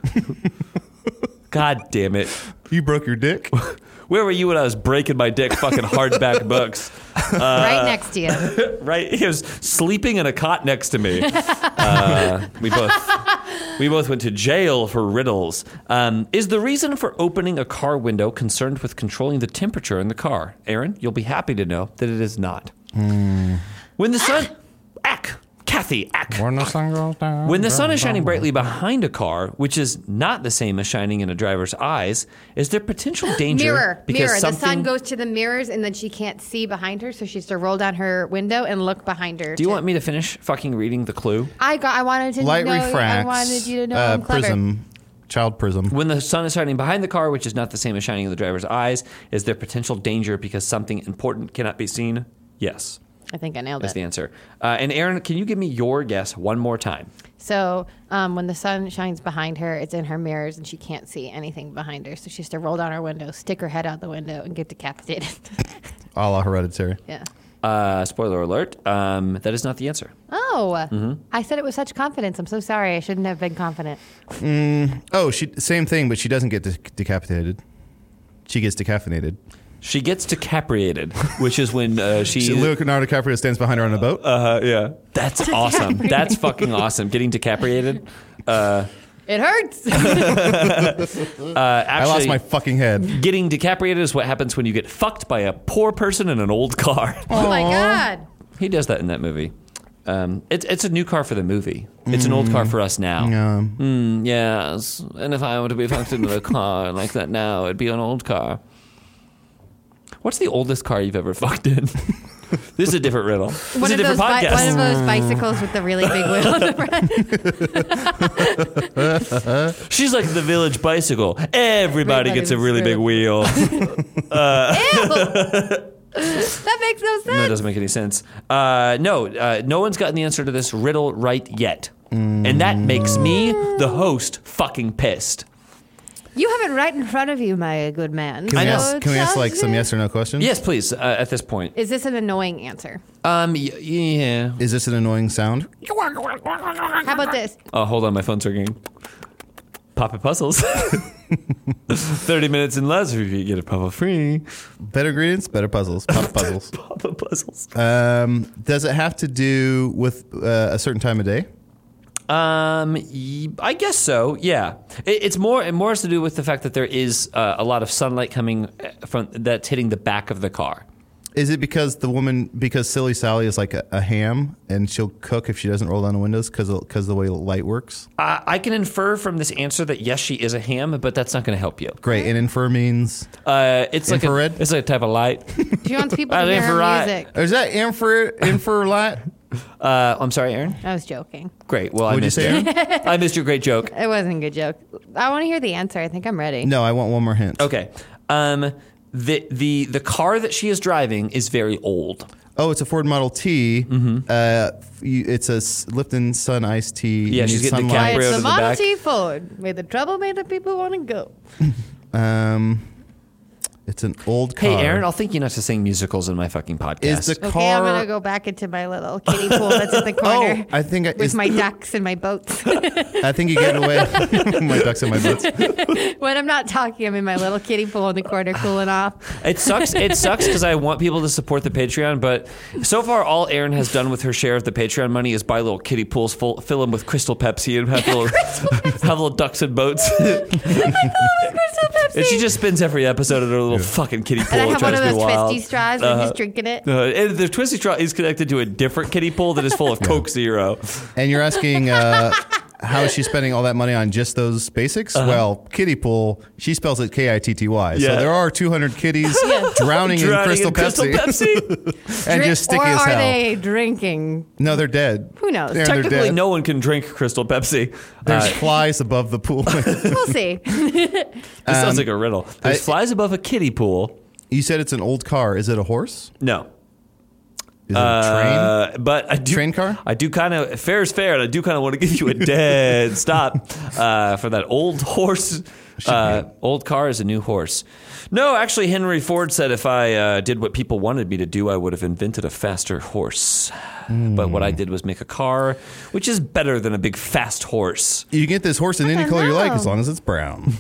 Speaker 4: God damn it.
Speaker 3: You broke your dick.
Speaker 4: Where were you when I was breaking my dick fucking hardback books?
Speaker 5: right next to you.
Speaker 4: Uh,
Speaker 5: <laughs>
Speaker 4: Right? <laughs> He was sleeping in a cot next to me. Uh, we both we both went to jail for riddles. Um, is the reason for opening a car window concerned with controlling the temperature in the car? Aaron, you'll be happy to know that it is not. When the sun Ack, Kathy, ack.
Speaker 3: Hmm. when the sun goes down.
Speaker 4: When the sun is shining brightly behind a car, which is not the same as shining in a driver's eyes, is there
Speaker 5: <gasps>
Speaker 4: potential danger?
Speaker 5: Mirror, mirror. The
Speaker 4: something-
Speaker 5: sun goes to the mirrors, and then she can't see behind her, so she has to roll down her window and look behind her.
Speaker 4: Do you want me to finish fucking reading the clue?
Speaker 5: I got. I wanted to
Speaker 3: Light
Speaker 5: know.
Speaker 3: refracts.
Speaker 5: I wanted you to know.
Speaker 3: uh,
Speaker 5: I'm clever.
Speaker 3: prism. Child prism.
Speaker 4: When the sun is shining behind the car, which is not the same as shining in the driver's eyes, is there potential danger because something important cannot be seen? Yes,
Speaker 5: I think I nailed
Speaker 4: that's
Speaker 5: it.
Speaker 4: the answer. Uh, and Aaron, can you give me your guess one more time?
Speaker 5: So um, when the sun shines behind her, it's in her mirrors, and she can't see anything behind her. So she has to roll down her window, stick her head out the window, and get decapitated. <laughs>
Speaker 3: A la hereditary.
Speaker 5: yeah.
Speaker 4: Uh, spoiler alert: um, that is not the answer.
Speaker 5: Oh, I said it with such confidence. I'm so sorry. I shouldn't have been confident.
Speaker 3: Mm, oh, she same thing, but she doesn't get de- decapitated. She gets decaffeinated.
Speaker 4: She gets decapitated, which is when uh, <laughs> she.
Speaker 3: So Leonardo DiCaprio stands behind her on a boat.
Speaker 4: Uh, yeah, that's awesome. <laughs> That's fucking awesome. Getting decapitated. Uh,
Speaker 5: It hurts.
Speaker 4: uh, actually,
Speaker 3: I lost my fucking head.
Speaker 4: Getting decapitated is what happens when you get fucked by a poor person in an old car.
Speaker 5: <laughs> oh my god.
Speaker 4: he does that in that movie. Um, it's it's a new car for the movie. It's an old car for us now.
Speaker 3: Um,
Speaker 4: Mm, yes, and if I were to be fucked into a <laughs> car like that now, it'd be an old car. What's the oldest car you've ever fucked in? <laughs> this is a different riddle. This
Speaker 5: One
Speaker 4: is a
Speaker 5: of, those
Speaker 4: different
Speaker 5: bi-
Speaker 4: podcast.
Speaker 5: one of those bicycles with the really big wheel on the front. <laughs>
Speaker 4: She's like the village bicycle. Everybody
Speaker 5: Everybody
Speaker 4: gets a
Speaker 5: was
Speaker 4: really big
Speaker 5: screwed. <laughs>
Speaker 4: wheel.
Speaker 5: That makes no sense.
Speaker 4: No, that doesn't make any sense. Uh, no, uh, no one's gotten the answer to this riddle right yet. And that makes me, the host, fucking pissed.
Speaker 5: You have it right in front of you, my good man.
Speaker 3: Can we,
Speaker 4: know.
Speaker 3: ask, can we ask like some yes or no questions?
Speaker 4: Yes, please, uh, at this point.
Speaker 5: Is this an annoying answer?
Speaker 4: Um, y- yeah.
Speaker 3: Is this an annoying sound?
Speaker 5: How about this?
Speaker 4: Oh, hold on, my phone's ringing. Pop-up <laughs> puzzles. 30 minutes in less if you get a puzzle free.
Speaker 3: Better ingredients, better puzzles.
Speaker 4: <laughs>
Speaker 3: Pop puzzles.
Speaker 4: Pop-up puzzles.
Speaker 3: Um, does it have to do with uh, a certain time of day?
Speaker 4: Um, y- I guess so. Yeah, it, it's more. It more has to do with the fact that there is uh, a lot of sunlight coming uh, from that's hitting the back of the car.
Speaker 3: Is it because the woman because silly Sally is like a, a ham and she'll cook if she doesn't roll down the windows because because the way light works?
Speaker 4: I, I can infer from this answer that yes, she is a ham, but that's not going to help you.
Speaker 3: Great. And infer means
Speaker 4: Uh, it's
Speaker 3: Infrared?
Speaker 4: like a, it's like a type of light.
Speaker 5: She wants people to
Speaker 4: I
Speaker 5: hear
Speaker 4: live
Speaker 5: her
Speaker 4: right.
Speaker 5: music.
Speaker 3: is that infer infer light?
Speaker 4: Uh, I'm sorry, Aaron.
Speaker 5: I was joking.
Speaker 4: Great. Well,
Speaker 3: What'd
Speaker 4: I
Speaker 3: you
Speaker 4: missed
Speaker 3: say,
Speaker 4: it. <laughs> I missed your great joke.
Speaker 5: It wasn't a good joke. I want to hear the answer. I think I'm ready.
Speaker 3: No, I want one more hint.
Speaker 4: Okay. Um, the the the car that she is driving is very old.
Speaker 3: Oh, it's a Ford Model T.
Speaker 4: Mm-hmm.
Speaker 3: Uh, f- you, it's a s- Lipton Sun Iced Tea.
Speaker 4: Yeah,
Speaker 3: You
Speaker 4: she's
Speaker 3: need
Speaker 4: getting the
Speaker 5: Why,
Speaker 3: sunlight.
Speaker 4: Gabriel
Speaker 5: it's
Speaker 4: to
Speaker 5: the
Speaker 4: the
Speaker 5: Model
Speaker 4: back.
Speaker 5: T Ford. May the trouble made the people want to go.
Speaker 3: Um, it's an old car.
Speaker 4: Hey, Aaron, I'll think you not to sing musicals in my fucking podcast.
Speaker 3: is the
Speaker 5: Okay,
Speaker 3: car?
Speaker 5: I'm gonna go back into my little kiddie pool that's
Speaker 3: <laughs>
Speaker 5: in the corner.
Speaker 3: Oh, I think I-
Speaker 5: with
Speaker 3: is-
Speaker 5: my ducks and my boats. <laughs> when
Speaker 3: I think you get away. <laughs> my ducks in my boots.
Speaker 5: I'm not talking, I'm in my little kiddie pool in the corner,
Speaker 3: <laughs>
Speaker 5: cooling off.
Speaker 4: It sucks. It sucks because I want people to support the Patreon, but so far all Erin has done with her share of the Patreon money is buy little kiddie pools, full, fill them with Crystal Pepsi, and have
Speaker 3: <laughs>
Speaker 4: little <laughs> have little ducks and boats. <laughs>
Speaker 5: Oh, Crystal Pepsi.
Speaker 4: and she just spends every episode at her little fucking kiddie pool,
Speaker 5: and I have
Speaker 4: trying
Speaker 5: one of
Speaker 4: to be
Speaker 5: those
Speaker 4: wild.
Speaker 5: twisty straws. and I'm
Speaker 3: Uh-huh.
Speaker 5: just drinking it.
Speaker 4: Uh, and the twisty straw is connected to a different kiddie pool that is full of Coke Zero.
Speaker 3: And you're asking
Speaker 4: <laughs>
Speaker 3: uh, how is she spending all that money on just those basics? Well, kiddie pool, she spells it K I T T Y. So
Speaker 4: Uh-huh. Yeah.
Speaker 3: there are 200
Speaker 4: <laughs>
Speaker 3: kitties drowning, in
Speaker 4: Drowning
Speaker 3: crystal
Speaker 4: in Crystal
Speaker 3: Pepsi, <laughs>
Speaker 4: Pepsi.
Speaker 3: and
Speaker 5: Drink-
Speaker 3: just sticky
Speaker 5: or
Speaker 3: as
Speaker 5: are
Speaker 3: hell.
Speaker 5: they drinking?
Speaker 3: No, they're dead.
Speaker 5: Who knows?
Speaker 3: They're, they're
Speaker 4: Technically,
Speaker 3: dead.
Speaker 4: no one can drink Crystal Pepsi.
Speaker 3: There's
Speaker 4: Uh,
Speaker 3: flies above the
Speaker 5: <laughs>
Speaker 3: pool. <laughs>
Speaker 5: We'll see.
Speaker 4: this sounds like a riddle. There's
Speaker 3: um, I-
Speaker 4: flies above a kiddie pool.
Speaker 3: you said it's an old car. Is it a horse?
Speaker 4: No.
Speaker 3: Is it a
Speaker 4: Uh, but I do
Speaker 3: Train car?
Speaker 4: I do kind of fair is fair, and I do kind of want to give you
Speaker 3: <laughs>
Speaker 4: a dead stop uh, for that old horse. Uh, old car is a new horse. No, actually, Henry Ford said if I uh, did what people wanted me to do, I would have invented a faster horse. But
Speaker 3: Hmm.
Speaker 4: what I did was make a car, which is better than a big fast horse.
Speaker 3: train? You can get this horse in any
Speaker 5: don't
Speaker 3: color you like
Speaker 5: know.
Speaker 3: as long as it's brown.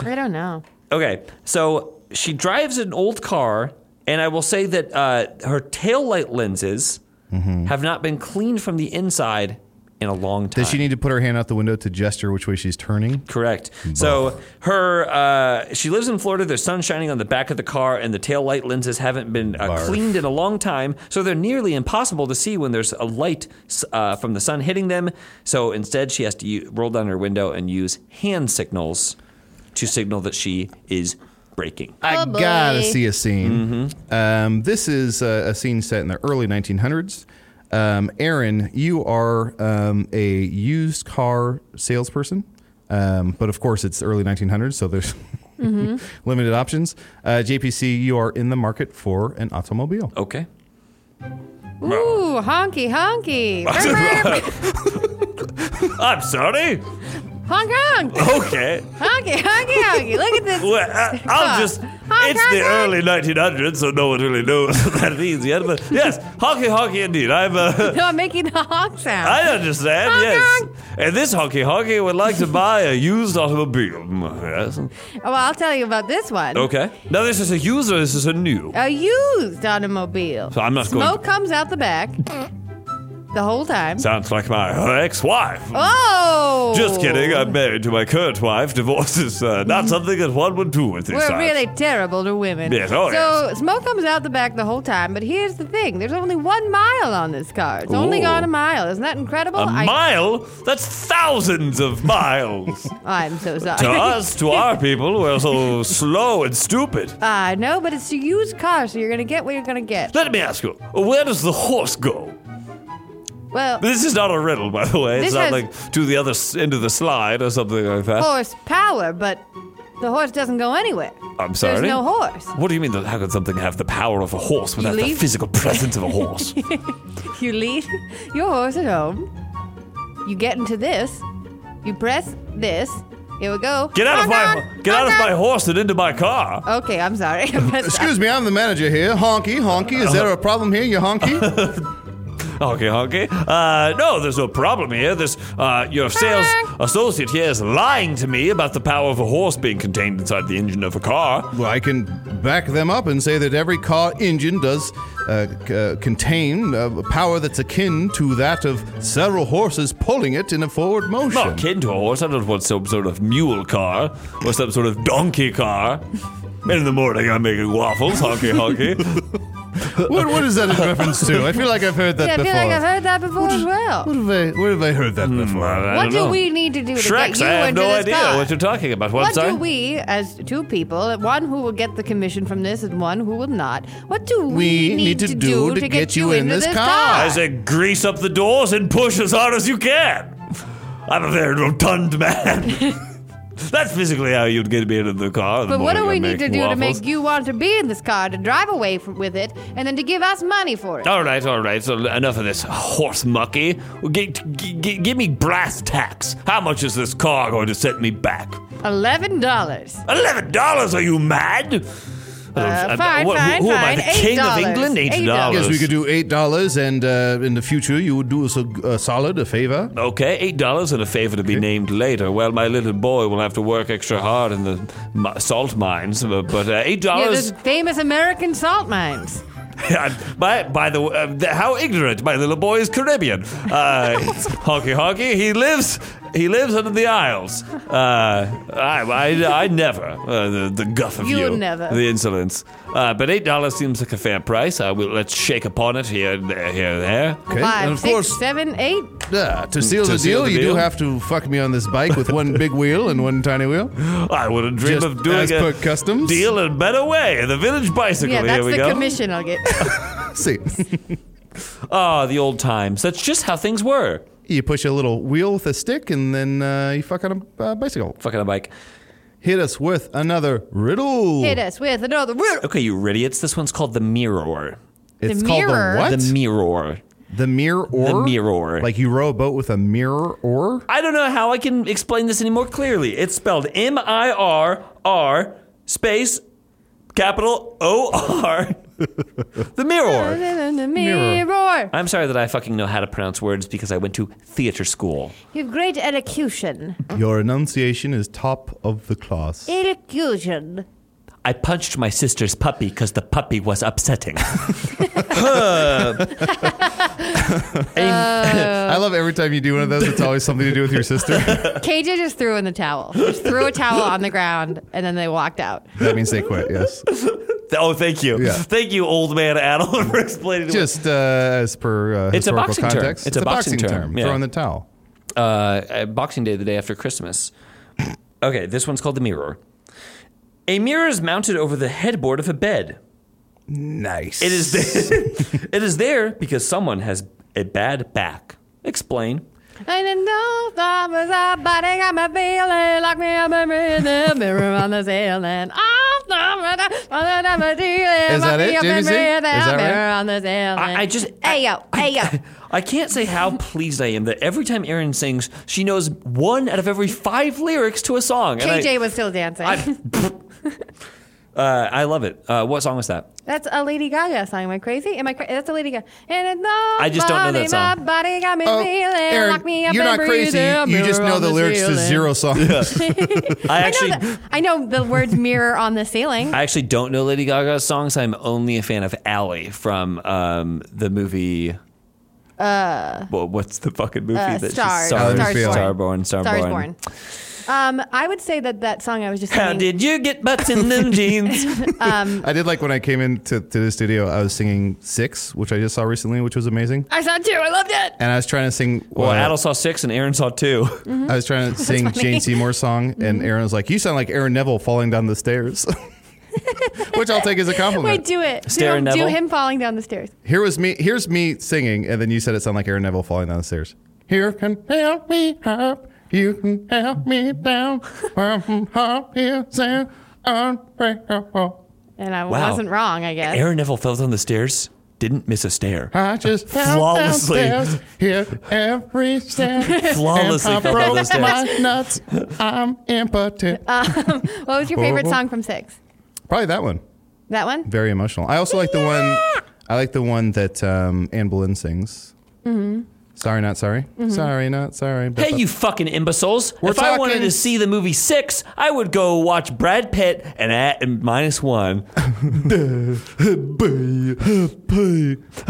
Speaker 5: I don't know.
Speaker 4: Okay, so she drives an old car, and I will say that uh, her taillight lenses
Speaker 3: Mm-hmm.
Speaker 4: have not been cleaned from the inside in a long time.
Speaker 3: Does she need to put her hand out the window to gesture which way she's turning?
Speaker 4: Correct. So her, uh, she lives in Florida. There's sun shining on the back of the car, and the taillight lenses haven't been uh,
Speaker 3: Barf.
Speaker 4: cleaned in a long time, so they're nearly impossible to see when there's a light s- uh, from the sun hitting them. So instead, she has to u- roll down her window and use hand signals to signal that she is braking.
Speaker 3: I
Speaker 6: Oh, boy.
Speaker 3: gotta see a scene. Um, this is a, a scene set in the early 1900s. Um, Aaron, you are um, a used car salesperson, um, but of course it's the early 1900s, so there's
Speaker 6: Mm-hmm.
Speaker 3: <laughs> limited options. Uh, JPC, you are in the market for an automobile.
Speaker 4: Okay.
Speaker 5: Ooh, honky honky. Brr, brr, brr.
Speaker 4: I'm sorry.
Speaker 5: Hong Kong.
Speaker 4: Okay.
Speaker 5: Honky, honky, honky. Look at
Speaker 4: <laughs>
Speaker 5: this.
Speaker 4: Well, I,
Speaker 5: Huh.
Speaker 4: I'll just.
Speaker 5: Honk,
Speaker 4: It's
Speaker 5: honk,
Speaker 4: the
Speaker 5: honk.
Speaker 4: early 1900s, so no one really knows <laughs> what that means yet. But yes, honky honky indeed. I'm. Uh, <laughs>
Speaker 5: No, I'm making the honk sound.
Speaker 4: I understand.
Speaker 5: Honk,
Speaker 4: yes,
Speaker 5: honk.
Speaker 4: and this honky honky would like to buy a used automobile. Mm, Yes.
Speaker 5: Oh, well, I'll tell you about this one.
Speaker 4: Okay. Now this is a used or this is a new.
Speaker 5: A used automobile.
Speaker 4: So I'm not
Speaker 5: Smoke
Speaker 4: going to-
Speaker 5: comes out the
Speaker 4: <laughs>
Speaker 5: back the whole time.
Speaker 4: Sounds like my ex-wife.
Speaker 5: oh! Mm-hmm.
Speaker 4: Just kidding. I'm married to my current wife. Divorce is uh, not something that one would do at this
Speaker 5: We're
Speaker 4: time.
Speaker 5: really terrible to women.
Speaker 4: Yes, oh,
Speaker 5: so smoke comes out the back the whole time, but here's the thing: there's only one mile on this car. It's only
Speaker 4: Ooh.
Speaker 5: gone a mile. Isn't that incredible?
Speaker 4: a
Speaker 5: I-
Speaker 4: mile? That's thousands of miles.
Speaker 5: I'm so sorry.
Speaker 4: to us, to our people, we're so slow and stupid.
Speaker 5: I know, Uh, but it's a used car, so you're gonna get what you're gonna get.
Speaker 4: Let me ask you, where does the horse go?
Speaker 5: Well,
Speaker 4: This is not a riddle, by the way. It's
Speaker 5: This
Speaker 4: not
Speaker 5: has- Oh,
Speaker 4: like to the other s- end of the slide or something like that.
Speaker 5: horse power, but the horse doesn't go anywhere.
Speaker 4: I'm sorry.
Speaker 5: There's no horse.
Speaker 4: What do you mean? That, how could something have the power of a horse without the
Speaker 5: leave-
Speaker 4: physical presence of a
Speaker 5: <laughs>
Speaker 4: horse?
Speaker 5: You lead your horse at home. You get into this. You press this. Here we go.
Speaker 4: Get out of
Speaker 5: Honk,
Speaker 4: my
Speaker 5: honk,
Speaker 4: get out of
Speaker 5: honk,
Speaker 4: my horse and into my car.
Speaker 5: honk. Okay, I'm sorry. <laughs>
Speaker 3: Excuse me, I'm the manager here. Honky, honky. Is there a problem here, you honky?
Speaker 4: Okay, okay. Uh, no, there's no problem here. This, uh, your sales associate here is lying to me about the power of a horse being contained inside the engine of a car.
Speaker 3: well, I can back them up and say that every car engine does uh, c- uh, contain uh, power that's akin to that of several horses pulling it in a forward motion.
Speaker 4: Not akin to a horse. I don't want some sort of mule car or some sort of donkey car. In the morning, I'm making waffles, honky honky.
Speaker 3: What, what is that
Speaker 4: <laughs>
Speaker 3: in reference to? I feel like I've heard that
Speaker 5: Yeah, I
Speaker 3: before.
Speaker 5: feel like I've heard that before as well.
Speaker 3: What have I, where have I heard that
Speaker 4: Hmm, Well,
Speaker 3: before?
Speaker 4: I
Speaker 5: What
Speaker 4: don't
Speaker 5: do
Speaker 4: know.
Speaker 5: we need to do to
Speaker 4: Shreks,
Speaker 5: get you
Speaker 4: I have
Speaker 5: into
Speaker 4: no
Speaker 5: this
Speaker 4: idea
Speaker 5: car?
Speaker 4: what you're talking about.
Speaker 5: What
Speaker 4: What's
Speaker 5: do
Speaker 4: that?
Speaker 5: we, as two people, one who will get the commission from this and one who will not, what do we,
Speaker 3: We need to do to get you in
Speaker 5: into
Speaker 3: this
Speaker 5: this
Speaker 3: car?
Speaker 4: I say, grease up the doors and push as hard as you can. I'm a very rotund man. <laughs> That's physically how you'd get me into the car. in the
Speaker 5: But what do we
Speaker 4: morning. I'm
Speaker 5: need to
Speaker 4: making
Speaker 5: do to
Speaker 4: waffles.
Speaker 5: make you want to be in this car, to drive away from, with it, and then to give us money for it?
Speaker 4: All right, all right. So enough of this horse mucky. G- g- g- give me brass tacks. How much is this car going to set me back?
Speaker 5: Eleven dollars.
Speaker 4: Eleven dollars? Are you mad? I don't- I-
Speaker 5: fine,
Speaker 4: who-
Speaker 5: fine,
Speaker 4: who am I,
Speaker 5: fine.
Speaker 4: the king of
Speaker 5: $8.
Speaker 4: England? Eight
Speaker 3: I
Speaker 4: dollars.
Speaker 3: guess we could do eight dollars, and uh, in the future you would do us a, a solid, a favor.
Speaker 4: Okay, eight dollars and a favor to be named later. Well, my little boy will have to work extra hard in the mi- salt mines, but, but uh, eight
Speaker 3: Oh,
Speaker 5: Yeah,
Speaker 4: dollars.
Speaker 5: there's famous American salt mines.
Speaker 4: by, by the way, uh, th- how ignorant my little boy is Caribbean.
Speaker 5: <laughs>
Speaker 4: Uh, honky honky, he lives. He lives under the Isles. Uh, I, I, I never. Uh, the, the guff of you.
Speaker 5: You'll never.
Speaker 4: The insolence. Uh, but $8 seems like a fair price. I will, let's shake upon it here, and there, here, and there.
Speaker 3: Okay, and
Speaker 5: Five,
Speaker 3: of
Speaker 5: six,
Speaker 3: course,
Speaker 5: seven, eight.
Speaker 3: uh, to seal
Speaker 4: To
Speaker 3: the
Speaker 4: seal
Speaker 3: deal,
Speaker 4: the
Speaker 3: you do
Speaker 4: deal.
Speaker 3: have to fuck me on this bike with
Speaker 4: <laughs>
Speaker 3: one big wheel and one tiny wheel.
Speaker 4: I wouldn't dream
Speaker 3: Just
Speaker 4: of doing
Speaker 3: as
Speaker 4: a
Speaker 3: per customs.
Speaker 4: deal in a better way. The village bicycle.
Speaker 5: Yeah,
Speaker 4: here
Speaker 5: that's
Speaker 4: we
Speaker 5: the
Speaker 4: go.
Speaker 5: commission
Speaker 3: <coughs>
Speaker 5: I'll get.
Speaker 3: See,
Speaker 4: Ah, the old times. That's just how things were.
Speaker 3: you push a little wheel with a stick, and then uh, you fuck on a uh, bicycle.
Speaker 4: Fucking a bike.
Speaker 3: Hit us with another riddle.
Speaker 5: Hit us with another.
Speaker 4: Okay, you idiots. This one's called the mirror.
Speaker 3: It's
Speaker 5: The
Speaker 3: called
Speaker 5: mirror.
Speaker 3: the what?
Speaker 4: The mirror.
Speaker 3: The mirror.
Speaker 4: The mirror.
Speaker 3: Like you row a boat with a mirror or.
Speaker 4: I don't know how I can explain this any more clearly. It's spelled M I R R space capital O R. <laughs> The mirror.
Speaker 5: Mirror. Mirror.
Speaker 4: I'm sorry that I fucking know how to pronounce words because I went to theater school.
Speaker 5: You have great elocution.
Speaker 3: Your enunciation is top of the class.
Speaker 5: Elocution.
Speaker 4: I punched my sister's puppy because the puppy was upsetting.
Speaker 3: I love every time you do one of those, it's always something to do with your sister.
Speaker 4: <laughs>
Speaker 5: KJ just threw in the towel. Just threw a towel on the ground, and then they walked out.
Speaker 3: that means they quit, yes.
Speaker 4: <laughs> oh, thank you.
Speaker 3: Yeah.
Speaker 4: Thank you, old man Adel, <laughs> for explaining. Just-
Speaker 3: Just uh, as per uh,
Speaker 4: It's a
Speaker 3: historical
Speaker 4: boxing term.
Speaker 3: context.
Speaker 4: It's a boxing term, yeah.
Speaker 3: Throw in the towel.
Speaker 4: uh, uh, Boxing Day, the day after Christmas. Okay, this one's called the mirror. A mirror is mounted over the headboard of a bed.
Speaker 3: Nice.
Speaker 4: It is there. <laughs> it is there because someone has a bad back. Explain.
Speaker 5: I didn't know that was a body got me feeling like me. I'm in the mirror on the ceiling. Oh,
Speaker 3: Is that it, Jamie Z? Is that right?
Speaker 5: Mirror on the ceiling.
Speaker 4: I, I just.
Speaker 5: Hey yo, hey yo.
Speaker 4: I can't say how pleased I am that every time Erin sings, she knows one out of every five lyrics to a song. <laughs> And I-
Speaker 5: KJ was still dancing.
Speaker 4: <laughs> Uh, I love it. Uh, what song was that?
Speaker 5: that's a Lady Gaga song. Am I crazy? Am I crazy? That's a Lady Gaga. And it's I
Speaker 4: just don't know that song.
Speaker 5: My body got me feeling.
Speaker 3: Oh, Aaron,
Speaker 5: Lock me up
Speaker 3: you're
Speaker 5: and
Speaker 3: not crazy.
Speaker 5: breathe in,
Speaker 3: You just
Speaker 5: mirror
Speaker 3: know
Speaker 5: on
Speaker 3: the lyrics to
Speaker 5: ceiling.
Speaker 3: zero songs.
Speaker 4: <laughs> I actually,
Speaker 5: I know, the, I know the
Speaker 4: <laughs>
Speaker 5: words mirror on the ceiling.
Speaker 4: I actually don't know Lady Gaga's songs. I'm only a fan of Ally from um, the movie. Uh, well, what's the fucking movie
Speaker 5: Uh,
Speaker 4: that
Speaker 5: stars.
Speaker 4: she's Starborn,
Speaker 3: Star's
Speaker 4: Starborn, Starborn. Mm-hmm.
Speaker 5: Stars Born. Um, I would say that that song I was just
Speaker 4: How
Speaker 5: singing-
Speaker 4: did you get butts in <laughs> them jeans?
Speaker 3: I did like when I came into to the studio, I was singing Six, which I just saw recently, which was amazing.
Speaker 5: I saw too. I loved it.
Speaker 3: And I was trying to sing.
Speaker 4: Well,
Speaker 3: uh,
Speaker 4: Adel saw six and Aaron saw <laughs> two.
Speaker 3: I was trying to sing Jane Seymour's song,
Speaker 4: Mm-hmm.
Speaker 3: and Aaron was like, "You sound like Aaron Neville falling down the stairs," <laughs> which I'll take as a compliment.
Speaker 5: Wait, do it.
Speaker 4: Staring
Speaker 5: do,
Speaker 4: Neville?
Speaker 5: do him falling down the stairs.
Speaker 3: Here was me. Here's me singing, and then you said it sounded like Aaron Neville falling down the stairs. Here can help me up, you can help me down. From up here, sound unbreakable.
Speaker 5: And I
Speaker 4: Wow.
Speaker 5: wasn't wrong, I guess.
Speaker 4: Aaron Neville fell down the stairs, didn't miss a stair.
Speaker 3: I just fell
Speaker 4: Flawlessly.
Speaker 3: downstairs, hit every step.
Speaker 4: <laughs> Flawlessly
Speaker 3: and I
Speaker 4: fell down the
Speaker 3: broke
Speaker 4: stairs.
Speaker 3: my nuts. I'm
Speaker 4: <laughs>
Speaker 3: impotent.
Speaker 4: Uh,
Speaker 5: what was your favorite
Speaker 3: Horrible.
Speaker 5: song from Six?
Speaker 3: Probably that one.
Speaker 5: That one?
Speaker 3: Very emotional. I also like the one. I like the one that um, Anne Boleyn sings. Sorry, not sorry. Sorry, not sorry. <laughs>
Speaker 4: Mm-hmm. Hey, you fucking imbeciles!
Speaker 3: We're
Speaker 4: if I wanted
Speaker 3: talking-
Speaker 4: to see the movie Six, I would go watch Brad Pitt and at and minus one.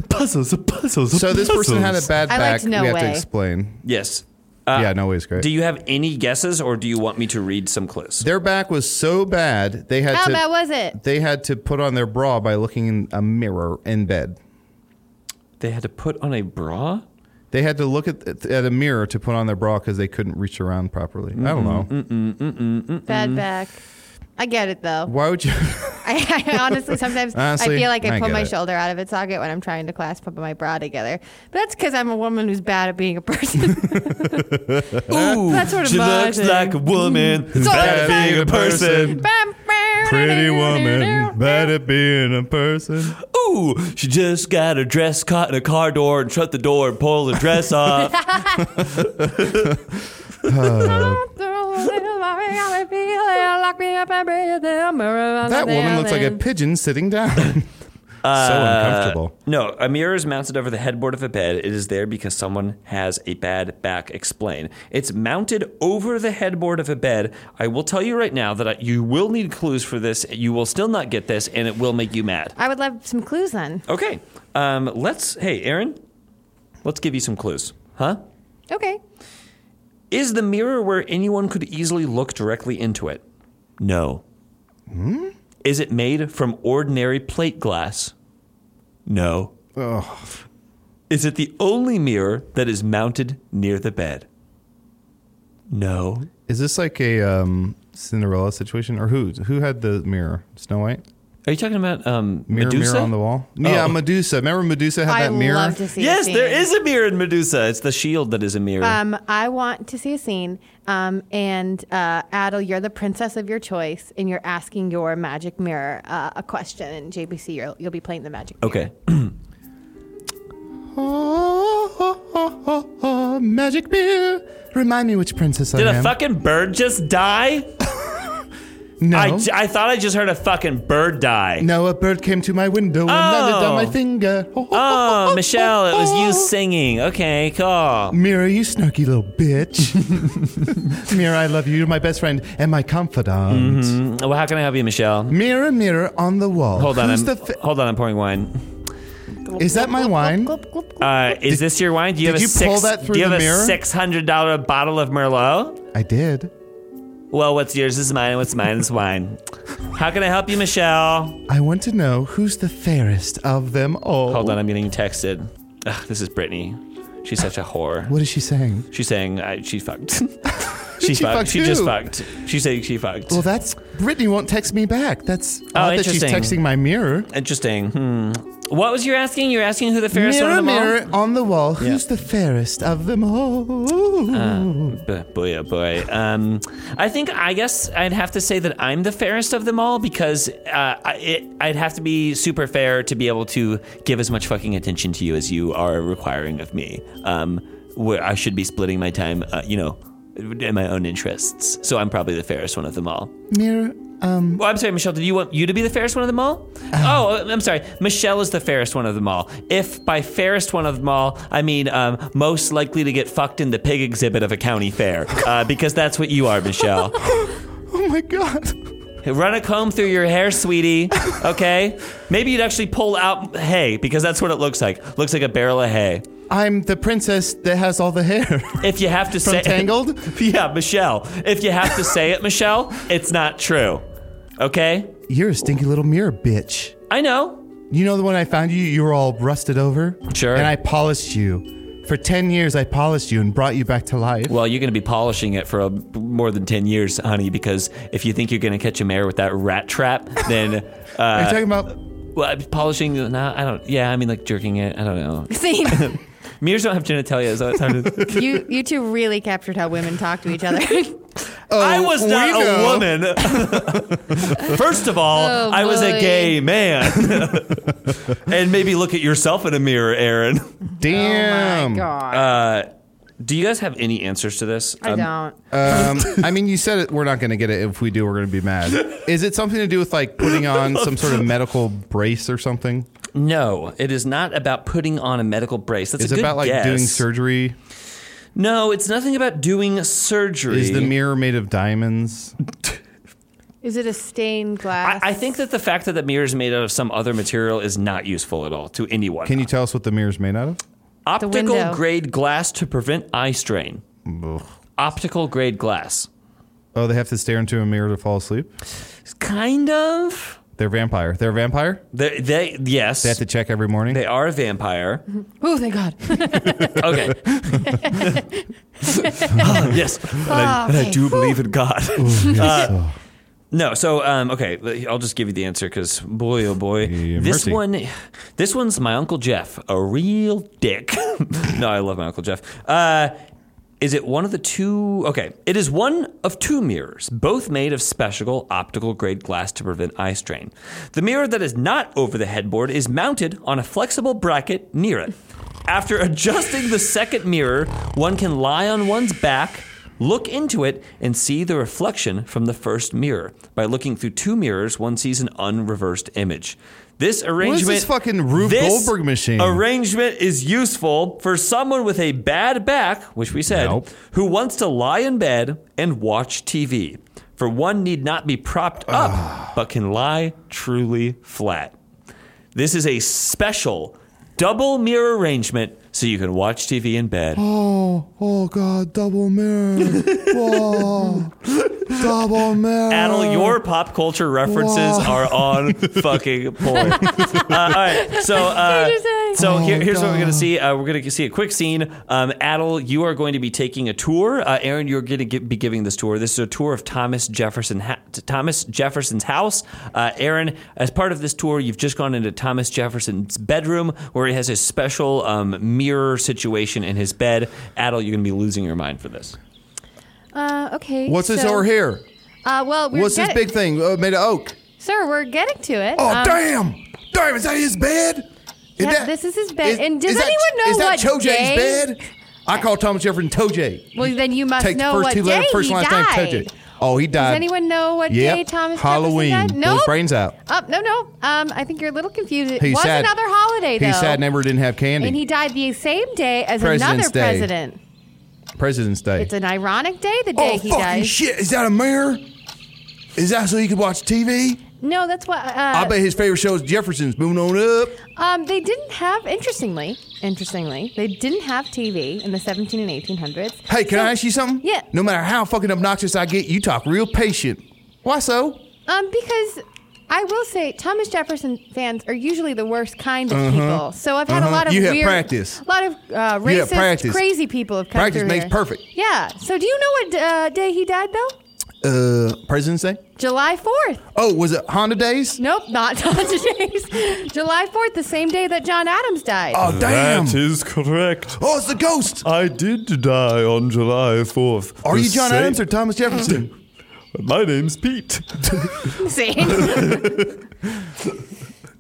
Speaker 4: puzzles, puzzles.
Speaker 3: So this person had a bad
Speaker 5: I
Speaker 3: back.
Speaker 5: liked No
Speaker 3: we have
Speaker 5: Way.
Speaker 3: to explain.
Speaker 4: yes.
Speaker 3: yeah, no way's great.
Speaker 4: Do you have any guesses, or do you want me to read some clues?
Speaker 3: their back was so bad they had
Speaker 5: How
Speaker 3: to.
Speaker 5: bad was it?
Speaker 3: They had to put on their bra by looking in a mirror in bed.
Speaker 4: They had to put on a bra.
Speaker 3: They had to look at at a mirror to put on their bra because they couldn't reach around properly. I don't know.
Speaker 5: Bad back. I get it though.
Speaker 3: Why would you?
Speaker 5: <laughs>
Speaker 3: <laughs>
Speaker 5: I, I honestly sometimes
Speaker 3: Honestly,
Speaker 5: I feel like I,
Speaker 3: I
Speaker 5: pull
Speaker 3: get
Speaker 5: my
Speaker 3: it.
Speaker 5: shoulder out of its socket when I'm trying to clasp up my bra together. But that's because I'm a woman who's bad at being
Speaker 4: <laughs>
Speaker 5: a person. <laughs>
Speaker 4: Ooh,
Speaker 5: That's sort of
Speaker 4: she
Speaker 5: my
Speaker 4: looks
Speaker 5: thing.
Speaker 4: like a woman.
Speaker 5: So
Speaker 4: bad at
Speaker 5: I'm
Speaker 4: being a
Speaker 3: like-
Speaker 4: person.
Speaker 3: Pretty woman, bad at being a person.
Speaker 4: Ooh, she just got her dress caught in a car door and shut the door and pulled her dress <laughs> off.
Speaker 3: That
Speaker 5: That
Speaker 3: woman looks like a pigeon sitting down. <laughs> so
Speaker 4: Uh,
Speaker 3: uncomfortable.
Speaker 4: No, a mirror is mounted over the headboard of a bed. It is there because someone has a bad back. Explain. It's mounted over the headboard of a bed. I will tell you right now that I, you will need clues for this. You will still not get this, and it will make you mad.
Speaker 5: I would love some clues then.
Speaker 4: Okay. Um, let's. Hey, Aaron. Let's give you some clues, huh?
Speaker 5: Okay.
Speaker 4: Is the mirror where anyone could easily look directly into it? No.
Speaker 3: Hmm?
Speaker 4: Is it made from ordinary plate glass? No. Is it the only mirror that is mounted near the bed? No.
Speaker 3: Is this like a um, Cinderella situation, or who who had the mirror? Snow White.
Speaker 4: Are you talking about um,
Speaker 3: Mirror,
Speaker 4: Medusa? Oh.
Speaker 3: mirror on the wall. Yeah, Medusa. Remember Medusa had
Speaker 5: I
Speaker 3: that mirror.
Speaker 5: love to see.
Speaker 4: Yes,
Speaker 5: a
Speaker 4: there
Speaker 5: scene.
Speaker 4: is a mirror in Medusa. It's the shield that is a mirror.
Speaker 5: Um, I want to see a scene. Um, and uh, Adel, you're the princess of your choice, and you're asking your magic mirror uh, a question. And JBC, you'll, you'll be playing the magic. <laughs> mirror.
Speaker 4: okay.
Speaker 3: Oh, oh, oh, oh, oh, magic mirror. Remind me which princess
Speaker 4: Did
Speaker 3: I
Speaker 4: a
Speaker 3: am.
Speaker 4: fucking bird just die?
Speaker 3: no,
Speaker 4: I, I thought I just heard a fucking bird die.
Speaker 3: no, a bird came to my window and landed on
Speaker 4: Oh.
Speaker 3: my finger. Oh,
Speaker 4: Oh, Michelle, it was you
Speaker 3: oh.
Speaker 4: singing. Okay, cool.
Speaker 3: Mirror, you snarky little
Speaker 4: <laughs>
Speaker 3: bitch. mirror, I love you. You're my best friend and my confidant.
Speaker 4: Well, how can I help you, Michelle?
Speaker 3: Mirror, mirror on the wall.
Speaker 4: Mm-hmm. Hold on, I'm,
Speaker 3: Mm. Who's the fa-
Speaker 4: hold on. I'm pouring wine.
Speaker 3: Is that my wine?
Speaker 4: Uh, is this your wine? Do you
Speaker 3: did
Speaker 4: have a
Speaker 3: you pull
Speaker 4: six,
Speaker 3: that through
Speaker 4: Do you
Speaker 3: the
Speaker 4: have
Speaker 3: mirror?
Speaker 4: a six hundred dollar bottle of Merlot?
Speaker 3: I did.
Speaker 4: Well, what's yours is mine, and what's mine is wine. How can I help you, Michelle?
Speaker 3: I want to know who's the fairest of them all.
Speaker 4: Hold on, I'm getting texted. Ugh, this is Brittany. She's such a whore.
Speaker 3: What is she saying? <laughs>
Speaker 4: She's saying I, she fucked. she
Speaker 3: she
Speaker 4: fucked.
Speaker 3: fuck
Speaker 4: She just
Speaker 3: who?
Speaker 4: fucked. She said she fucked.
Speaker 3: Well, that's Brittany won't text me back. That's
Speaker 4: Oh,
Speaker 3: odd that she's
Speaker 4: interesting.
Speaker 3: texting my mirror.
Speaker 4: Interesting. Hmm. What was you asking? You were asking who the fairest one
Speaker 3: mirror,
Speaker 4: of them all?
Speaker 3: mirror on the wall, who's the fairest of them all?
Speaker 4: Uh. B- boy, oh boy. Um, I think I guess I'd have to say that I'm the fairest of them all because uh, I, it, I'd have to be super fair to be able to give as much fucking attention to you as you are requiring of me. Um, where I should be splitting my time, uh, you know, in my own interests. So I'm probably the fairest one of them all.
Speaker 3: mirror, um,
Speaker 4: Well, Oh, I'm sorry, Michelle. Did you want you to be the fairest one of them all?
Speaker 3: Uh-huh.
Speaker 4: oh, I'm sorry. Michelle is the fairest one of them all. If by fairest one of them all, I mean um, most likely to get fucked in the pig exhibit of a county fair,
Speaker 3: <laughs>
Speaker 4: uh, because that's what you are, Michelle.
Speaker 3: oh my god.
Speaker 4: Run a comb through your hair, sweetie. Okay. Maybe you'd actually pull out hay because that's what it looks like. Looks like a barrel of hay.
Speaker 3: I'm the princess that has all the hair. <laughs>
Speaker 4: If you have to
Speaker 3: From
Speaker 4: say
Speaker 3: Tangled?
Speaker 4: <laughs> yeah, Michelle. If you have to say it, Michelle, it's not true. Okay.
Speaker 3: You're a stinky little mirror bitch.
Speaker 4: I know.
Speaker 3: You know the one I found you? You were all rusted over.
Speaker 4: Sure.
Speaker 3: And I polished you. For 10 years, I polished you and brought you back to life.
Speaker 4: Well, you're going to be polishing it for uh more than 10 years, honey, because if you think you're going to catch a mare with that rat trap, <laughs> then.
Speaker 3: Are you
Speaker 4: Uh,
Speaker 3: talking about.
Speaker 4: well, I'm polishing. No, I don't. Yeah, I mean, like jerking it. I don't know.
Speaker 5: <laughs> See,
Speaker 4: Mirrors don't have genitalia, so it's hard to.
Speaker 5: you you two really captured how women talk to each
Speaker 3: <laughs>
Speaker 5: other. <laughs>
Speaker 3: Oh,
Speaker 4: I was
Speaker 3: we
Speaker 4: not a
Speaker 3: know. <laughs>
Speaker 4: woman. First of all,
Speaker 5: Oh,
Speaker 4: I was a
Speaker 5: boy.
Speaker 3: <laughs>
Speaker 4: gay man. and maybe look at yourself in a mirror, Aaron.
Speaker 5: oh
Speaker 3: Damn.
Speaker 5: my god,
Speaker 4: Do you guys have any answers to this? Um,
Speaker 5: I don't.
Speaker 3: Um, I mean, you said it, we're not going to get it. If we do, we're going to be mad. Is it something to do with like
Speaker 4: <laughs>
Speaker 3: putting on some sort of medical brace or something?
Speaker 4: No, it is not about putting on a medical brace. That's
Speaker 3: Is
Speaker 4: a
Speaker 3: it
Speaker 4: good
Speaker 3: about like doing
Speaker 4: guess.
Speaker 3: surgery?
Speaker 4: No, it's nothing about doing surgery.
Speaker 3: Is the mirror made of diamonds?
Speaker 5: Is it a stained
Speaker 4: I,
Speaker 5: glass?
Speaker 4: I think that the fact that the mirror is made out of some other material is not useful at all to anyone.
Speaker 3: Can you tell us what the mirror's made out of?
Speaker 4: optical
Speaker 5: window.
Speaker 4: grade glass to prevent eye strain? Optical grade glass,
Speaker 3: Oh, they have to stare into a mirror to fall asleep?
Speaker 4: kind of.
Speaker 3: They're vampire. They're a vampire?
Speaker 4: They, they yes,
Speaker 3: They have to check every morning?
Speaker 4: they are a vampire. <laughs>
Speaker 5: Oh, thank God.
Speaker 4: Okay. Ah, yes. And I, and I
Speaker 5: Okay.
Speaker 4: do believe in <laughs> God. Oh.
Speaker 3: Uh,
Speaker 4: No, so um, okay, I'll just give you the answer because boy, oh boy,
Speaker 3: Yeah,
Speaker 4: this
Speaker 3: mercy.
Speaker 4: one, this one's my uncle Jeff, a real dick. <laughs> no, I love my uncle Jeff. Uh, is it one of the two? Okay, it is one of two mirrors, both made of special optical grade glass to prevent eye strain. The mirror that is not over the headboard is mounted on a flexible bracket near it. After adjusting the second mirror, one can lie on one's back Look into it and see the reflection from the first mirror. By looking through two mirrors, one sees an unreversed image. This arrangement,
Speaker 3: this fucking Rube
Speaker 4: this
Speaker 3: Goldberg machine?
Speaker 4: Arrangement is useful for someone with a bad back, which we said,
Speaker 3: Nope.
Speaker 4: who wants to lie in bed and watch TV. For one need not be propped up, but can lie truly flat. This is a special double mirror arrangement, so you can watch TV in bed.
Speaker 3: oh, oh God, double mirror.
Speaker 5: <laughs>
Speaker 3: Whoa. double mirror.
Speaker 4: Adel, your pop culture references
Speaker 3: Wow.
Speaker 4: are on fucking point. uh, all right, so uh, so here, here's what we're gonna see. Uh, we're gonna see a quick scene. Um, Adel, you are going to be taking a tour. Uh, Aaron, you're gonna gi- be giving this tour. This is a tour of Thomas Jefferson ha- Thomas Jefferson's house. Uh, Aaron, as part of this tour, you've just gone into Thomas Jefferson's bedroom where he has a special um, mirror situation in his bed. Adel, you're gonna be losing your mind for this.
Speaker 5: Uh, okay.
Speaker 3: What's this
Speaker 5: so-
Speaker 3: over here?
Speaker 5: Uh, well, we're
Speaker 3: What's this
Speaker 5: get-
Speaker 3: big thing uh, made of oak?
Speaker 5: Sir, we're getting to it.
Speaker 3: Oh,
Speaker 5: Um,
Speaker 3: damn. Damn, is that his bed? Is
Speaker 5: Yeah,
Speaker 3: that-
Speaker 5: this is his bed. And does
Speaker 3: is that-
Speaker 5: anyone know
Speaker 3: is that
Speaker 5: what
Speaker 3: Tojay's
Speaker 5: day?
Speaker 3: bed? I call Thomas Jefferson Tojay.
Speaker 5: Well, then you must
Speaker 3: Take
Speaker 5: know
Speaker 3: the first
Speaker 5: what
Speaker 3: two
Speaker 5: day
Speaker 3: letters, first
Speaker 5: he
Speaker 3: and last
Speaker 5: died.
Speaker 3: name Tojay. Oh, he died.
Speaker 5: Does anyone know what
Speaker 3: Yep.
Speaker 5: day Thomas
Speaker 3: Halloween.
Speaker 5: Jefferson died?
Speaker 3: Blew his
Speaker 5: Nope.
Speaker 3: brains out.
Speaker 5: Up, no, no. Um, I think you're a little confused. It
Speaker 3: He's
Speaker 5: was
Speaker 3: sad.
Speaker 5: another holiday, though.
Speaker 3: He's sad never didn't have candy.
Speaker 5: And he died the same day as
Speaker 3: President's
Speaker 5: another
Speaker 3: Day.
Speaker 5: president.
Speaker 3: President's Day.
Speaker 5: It's an ironic day, the day
Speaker 3: oh,
Speaker 5: he
Speaker 3: fucking
Speaker 5: died.
Speaker 3: shit. Is that a mirror? Is that so you can watch TV?
Speaker 5: No, that's what. Uh,
Speaker 3: I bet his favorite show is Jefferson's. Moving on up.
Speaker 5: Um, they didn't have, interestingly, interestingly, they didn't have TV in the 17 and 1800s.
Speaker 3: Hey, can
Speaker 5: So-
Speaker 3: I ask you something?
Speaker 5: Oh, Yeah.
Speaker 3: No matter how fucking obnoxious I get, you talk real patient. Why so?
Speaker 5: Um, because I will say, Thomas Jefferson fans are usually the worst kind of
Speaker 7: Uh-huh.
Speaker 5: people. So I've had a
Speaker 7: Uh-huh.
Speaker 5: lot of
Speaker 7: You had
Speaker 5: weird,
Speaker 7: practice.
Speaker 5: a lot of uh,
Speaker 7: You had
Speaker 5: racist,
Speaker 7: practice.
Speaker 5: crazy people have come
Speaker 7: Practice
Speaker 5: through
Speaker 7: makes
Speaker 5: here.
Speaker 7: perfect.
Speaker 5: Yeah. So do you know what uh, day he died though?
Speaker 7: Uh, President's Day?
Speaker 5: July fourth.
Speaker 7: Oh, was it Honda Days?
Speaker 5: Nope, not <laughs> today's. July fourth, the same day that John Adams died.
Speaker 7: Oh, damn.
Speaker 8: That is correct.
Speaker 7: Oh, it's the ghost.
Speaker 4: Uh,
Speaker 8: I did die on July 4th.
Speaker 7: Are
Speaker 8: The
Speaker 7: you John
Speaker 8: same-
Speaker 7: Adams or Thomas
Speaker 4: <laughs>
Speaker 7: Jefferson?
Speaker 8: My name's Pete.
Speaker 5: See?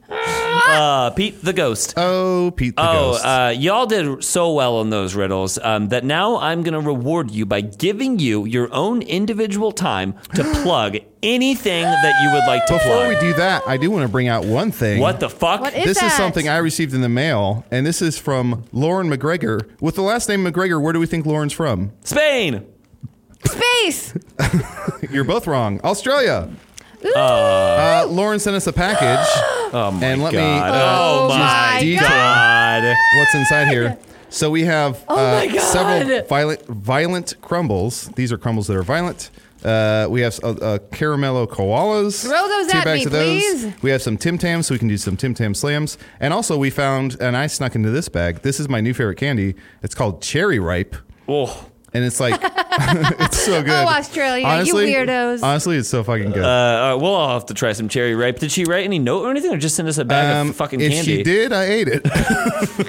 Speaker 4: Uh, Pete the Ghost.
Speaker 3: Oh, Pete the
Speaker 4: Oh,
Speaker 3: Ghost.
Speaker 4: uh, y'all did so well on those riddles um, that now I'm going to reward you by giving you your own individual time
Speaker 3: <gasps>
Speaker 4: to plug anything that you would like to
Speaker 3: Before
Speaker 4: plug.
Speaker 3: we do that, I do want to bring out one thing.
Speaker 4: what the fuck?
Speaker 5: What is
Speaker 3: this is
Speaker 5: that?
Speaker 3: something I received in the mail, and this is from Lauren McGregor. With the last name McGregor, where do we think Lauren's from?
Speaker 4: Spain.
Speaker 7: <laughs>
Speaker 5: Space.
Speaker 3: You're both wrong. Australia. Uh, Lauren sent us a package. oh my and let
Speaker 4: God.
Speaker 3: me uh,
Speaker 4: Oh,
Speaker 3: just
Speaker 5: my
Speaker 3: detail
Speaker 4: God.
Speaker 3: what's inside here. So we have
Speaker 5: my
Speaker 3: uh,
Speaker 5: God.
Speaker 3: several violent violent crumbles. These are crumbles that are violent. Uh, we have uh, uh, caramello koalas.
Speaker 5: Throw those
Speaker 3: Two
Speaker 5: at
Speaker 3: bags
Speaker 5: me,
Speaker 3: of those.
Speaker 5: please.
Speaker 3: We have some Tim Tams, so we can do some Tim Tam slams. And also, we found, and I snuck into this bag. This is my new favorite candy. It's called Cherry Ripe,
Speaker 4: Oh,
Speaker 3: and it's like <laughs> it's so good.
Speaker 5: Oh, Australia, you
Speaker 3: honestly,
Speaker 5: weirdos.
Speaker 3: Honestly, it's so fucking good.
Speaker 4: uh, uh, we'll all have to try some cherry ripe. Did she write any note or anything, or just send us a bag
Speaker 3: Um,
Speaker 4: of fucking
Speaker 3: if
Speaker 4: candy?
Speaker 3: she did, I ate
Speaker 4: <laughs>
Speaker 3: it.
Speaker 5: I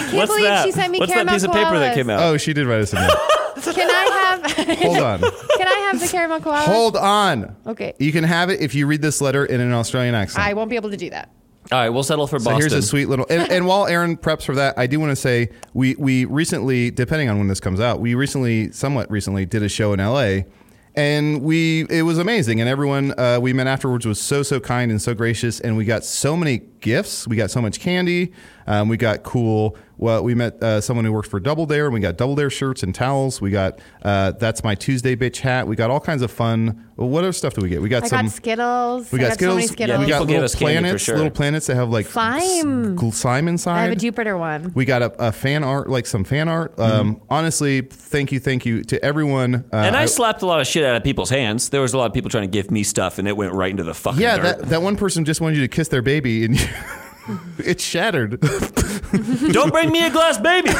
Speaker 5: can't
Speaker 4: What's
Speaker 5: believe
Speaker 4: that?
Speaker 5: she sent me
Speaker 4: What's that
Speaker 5: caramel
Speaker 4: piece of paper that
Speaker 5: koalas.
Speaker 4: came out?
Speaker 3: oh, she did write us a note.
Speaker 5: Can
Speaker 4: <laughs>
Speaker 5: I have? <laughs>
Speaker 3: Hold on.
Speaker 5: Can I have the caramel koala?
Speaker 3: Hold on.
Speaker 5: Okay.
Speaker 3: You can have it if you read this letter in an Australian accent.
Speaker 5: I won't be able to do that.
Speaker 4: All right, we'll settle for
Speaker 3: So
Speaker 4: Boston.
Speaker 3: here's a sweet little. And, and while Aaron preps for that, I do want to say we we recently, depending on when this comes out, we recently, somewhat recently, did a show in L.A. And we, it was amazing, and everyone uh, we met afterwards was so so kind and so gracious, and we got so many gifts. We got so much candy. Um, we got cool. Well, we met uh, someone who worked for Double Dare, and we got Double Dare shirts and towels. We got uh, that's my Tuesday bitch hat. We got all kinds of fun. Well, what other stuff do we get? We got
Speaker 5: I
Speaker 7: Um,
Speaker 3: some
Speaker 5: got Skittles.
Speaker 3: we
Speaker 5: I
Speaker 3: got,
Speaker 5: so
Speaker 3: Skittles.
Speaker 5: many Skittles.
Speaker 4: Yeah,
Speaker 3: we got
Speaker 4: people gave
Speaker 3: little
Speaker 4: us candy for
Speaker 3: planets,
Speaker 4: sure.
Speaker 3: little planets that have like
Speaker 5: Slime.
Speaker 3: s- slime inside.
Speaker 5: I have a Jupiter one.
Speaker 3: We got a, a fan art, like some fan art.
Speaker 4: Mm-hmm.
Speaker 3: Um, honestly, thank you, thank you to everyone. Uh,
Speaker 4: and I, slapped a lot of shit out of people's hands. There was a lot of people trying to give me stuff, and it went right into the fucking
Speaker 3: yeah,
Speaker 4: dirt.
Speaker 3: that, that one person just wanted you to kiss their baby, and <laughs> you- it shattered. <laughs>
Speaker 4: Don't bring me a glass <laughs> baby.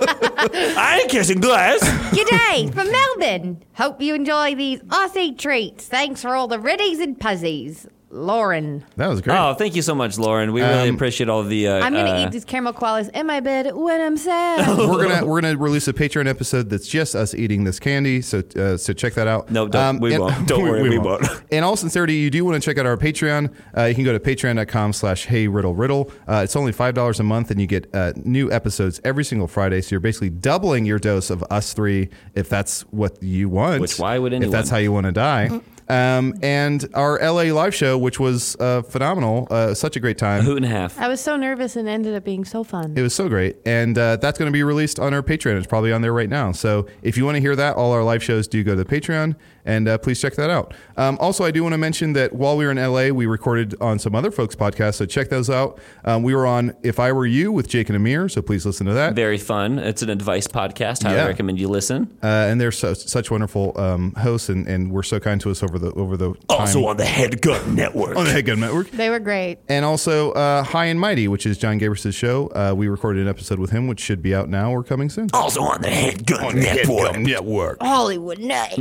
Speaker 4: I ain't kissing glass.
Speaker 6: G'day from Melbourne. Hope you enjoy these Aussie treats. Thanks for all the riddies and puzzies.
Speaker 5: Lauren.
Speaker 3: That was great.
Speaker 4: Oh, thank you so much, Lauren. We
Speaker 3: Um,
Speaker 4: really appreciate all the. Uh,
Speaker 5: I'm gonna
Speaker 4: uh,
Speaker 5: eat these caramel koalas in my bed when I'm sad.
Speaker 3: we're
Speaker 4: <laughs>
Speaker 3: gonna we're gonna release a Patreon episode that's just us eating this candy. So uh, so check that out. Um,
Speaker 4: No, don't. We
Speaker 3: <laughs>
Speaker 4: won't. Don't worry, we won't. <laughs>
Speaker 3: In all sincerity, you do want to check out our Patreon. Uh, you can go to patreon.com/slash Hey Riddle Riddle. Uh, it's only five dollars a month, and you get uh, new episodes every single Friday. So you're basically doubling your dose of us three, if that's what you want.
Speaker 4: Which, why would
Speaker 3: If that's
Speaker 4: anyone?
Speaker 3: how you want to die. Um, and our LA live show, which was uh, phenomenal, uh, such a great time.
Speaker 4: Hoot and a half.
Speaker 5: I was so nervous and ended up being so fun.
Speaker 3: It was so great. And uh, that's going to be released on our Patreon. It's probably on there right now. So if you want to hear that, all our live shows do go to the Patreon. And uh, please check that out. Um, also, I do want to mention that while we were in LA, we recorded on some other folks' podcasts. So check those out. Um, we were on If I Were You with Jake and Amir. So please listen to that.
Speaker 4: Very fun. It's an advice podcast. Highly
Speaker 3: Yeah.
Speaker 4: recommend you listen.
Speaker 3: Uh, and they're so, such wonderful um, hosts and, and were so kind to us over the over the time.
Speaker 4: on the Head Gun Network.
Speaker 3: on the Head Gun Network.
Speaker 5: They were great.
Speaker 3: And also uh, High and Mighty, which is John Gabris' show. Uh, we recorded an episode with him, which should be out now or coming soon.
Speaker 4: also on the Head Gun
Speaker 3: Network.
Speaker 4: Uh,
Speaker 6: Hollywood night.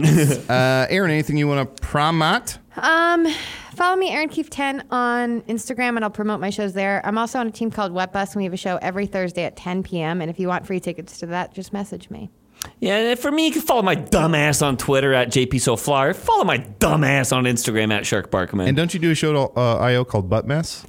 Speaker 3: Uh, Aaron, anything you want to promote?
Speaker 5: Um, follow me, Aaron Keefe 10 on Instagram, and I'll promote my shows there. I'm also on a team called Wet Bus, and we have a show every Thursday at 10 p.m. And if you want free tickets to that, just message me.
Speaker 4: Yeah, and for me, you can follow my dumb ass on Twitter at JPSoFlyer. Follow my dumb ass on Instagram at Shark Barkman.
Speaker 3: And don't you do a show at uh, IO called Butt Mess?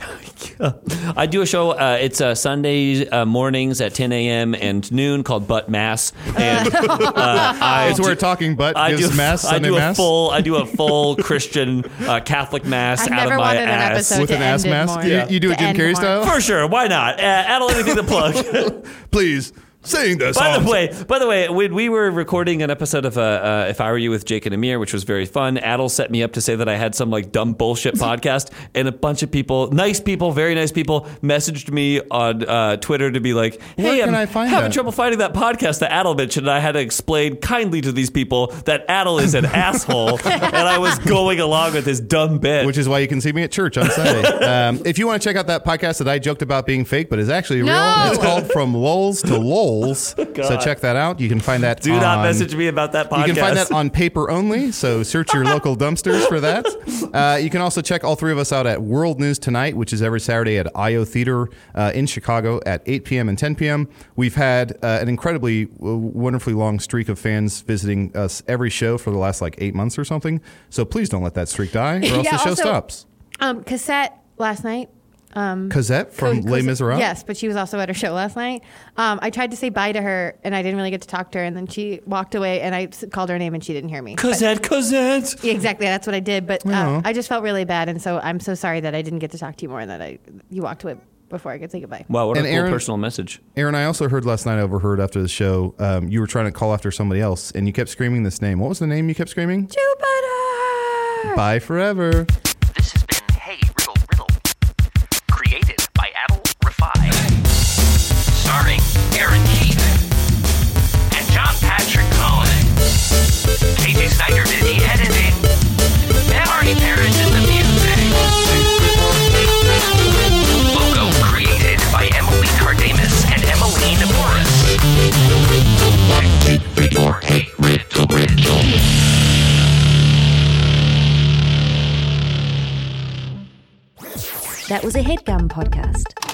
Speaker 4: I do a show. Uh, it's uh, Sunday uh, mornings at 10 a.m. and noon called Butt Mass.
Speaker 3: <laughs>
Speaker 4: And uh, I
Speaker 3: it's where talking butt
Speaker 4: I
Speaker 3: gives
Speaker 4: do,
Speaker 3: mass
Speaker 4: I
Speaker 3: Sunday
Speaker 4: do a
Speaker 3: mass.
Speaker 4: full. I
Speaker 3: <laughs>
Speaker 4: do a full Christian uh, Catholic mass
Speaker 5: I've
Speaker 4: out
Speaker 5: never
Speaker 4: of my
Speaker 5: wanted an
Speaker 4: ass.
Speaker 5: episode
Speaker 3: With
Speaker 5: to
Speaker 3: an ass
Speaker 5: end it
Speaker 3: mask?
Speaker 5: more.
Speaker 3: You- you do
Speaker 5: To
Speaker 3: it Jim
Speaker 5: end
Speaker 3: Carrey
Speaker 5: more.
Speaker 3: style?
Speaker 5: <laughs>
Speaker 4: For sure, why not? Uh, add a little anything to plug.
Speaker 3: Please
Speaker 7: Sing the
Speaker 4: By
Speaker 7: song.
Speaker 4: the way, by the way, when we were recording an episode of uh, uh, "If I Were You" with Jake and Amir, which was very fun, Adel set me up to say that I had some like dumb
Speaker 3: <laughs>
Speaker 4: bullshit podcast, and a bunch of people, nice people, very nice people, messaged me on uh, Twitter to be like,
Speaker 3: Where
Speaker 4: "Hey,
Speaker 3: can
Speaker 4: I'm
Speaker 3: I find
Speaker 4: having
Speaker 3: that?"
Speaker 4: trouble finding that podcast that Adel mentioned." And I had to explain kindly to these people that Adel
Speaker 3: <laughs>
Speaker 4: is an asshole, and I was going along with his dumb bit.
Speaker 3: Which is why you can see me at church on Sunday. um, if you want to check out that podcast that I joked about being fake, but is actually
Speaker 5: No!
Speaker 3: real, it's called From Lulls to
Speaker 4: <laughs>
Speaker 3: Lols. so check that out. You can find that.
Speaker 4: Do not
Speaker 3: on-
Speaker 4: message me about that podcast.
Speaker 3: You can find that on paper only, so search your local dumpsters for
Speaker 5: <laughs>
Speaker 3: that. Uh, you can also check all three of us out at World News Tonight, which is every Saturday at IO Theater uh, in Chicago at 8 p.m. and 10 p.m. We've had uh, an incredibly w- wonderfully long streak of fans visiting us every show for the last like eight months or something. So please don't let that streak
Speaker 5: <laughs>
Speaker 3: die, or else
Speaker 5: Yeah,
Speaker 3: the show
Speaker 5: also-
Speaker 3: stops.
Speaker 5: Um, cassette last night. Um, <laughs>
Speaker 3: Cosette from
Speaker 5: Co-
Speaker 3: Les
Speaker 5: Cos-
Speaker 3: Miserables.
Speaker 5: Yes, but she was also at her show last night. Um, I tried to say bye to her, and I didn't really get to talk to her. And then she walked away, and I s- called her name, and she
Speaker 4: <laughs>
Speaker 5: didn't hear me.
Speaker 4: Cosette, Cosette.
Speaker 5: Yeah, exactly, that's what I did. But uh, I just felt really bad, and so I'm so sorry that I didn't get to talk to you more, and that I you walked away before I could say goodbye.
Speaker 4: Wow, what
Speaker 3: And
Speaker 4: a cool
Speaker 3: Aaron-
Speaker 4: personal message.
Speaker 3: Aaron, I also heard last night. I overheard after the show, um, you were trying to call after somebody else, and you kept screaming this name. What was the name you kept screaming?
Speaker 5: Jupiter.
Speaker 3: Bye forever.
Speaker 2: This has been Hey Riddle Riddle, created by Adel Rafai, starring Aaron Keith and John Patrick Cohen. KJ Snyder did the editing, and Artie Parrish did the music. Logo created by Emily Cardamus and Emmeline Morris. One, two, three, four, hey, riddle, riddle.
Speaker 11: That was a headgum podcast.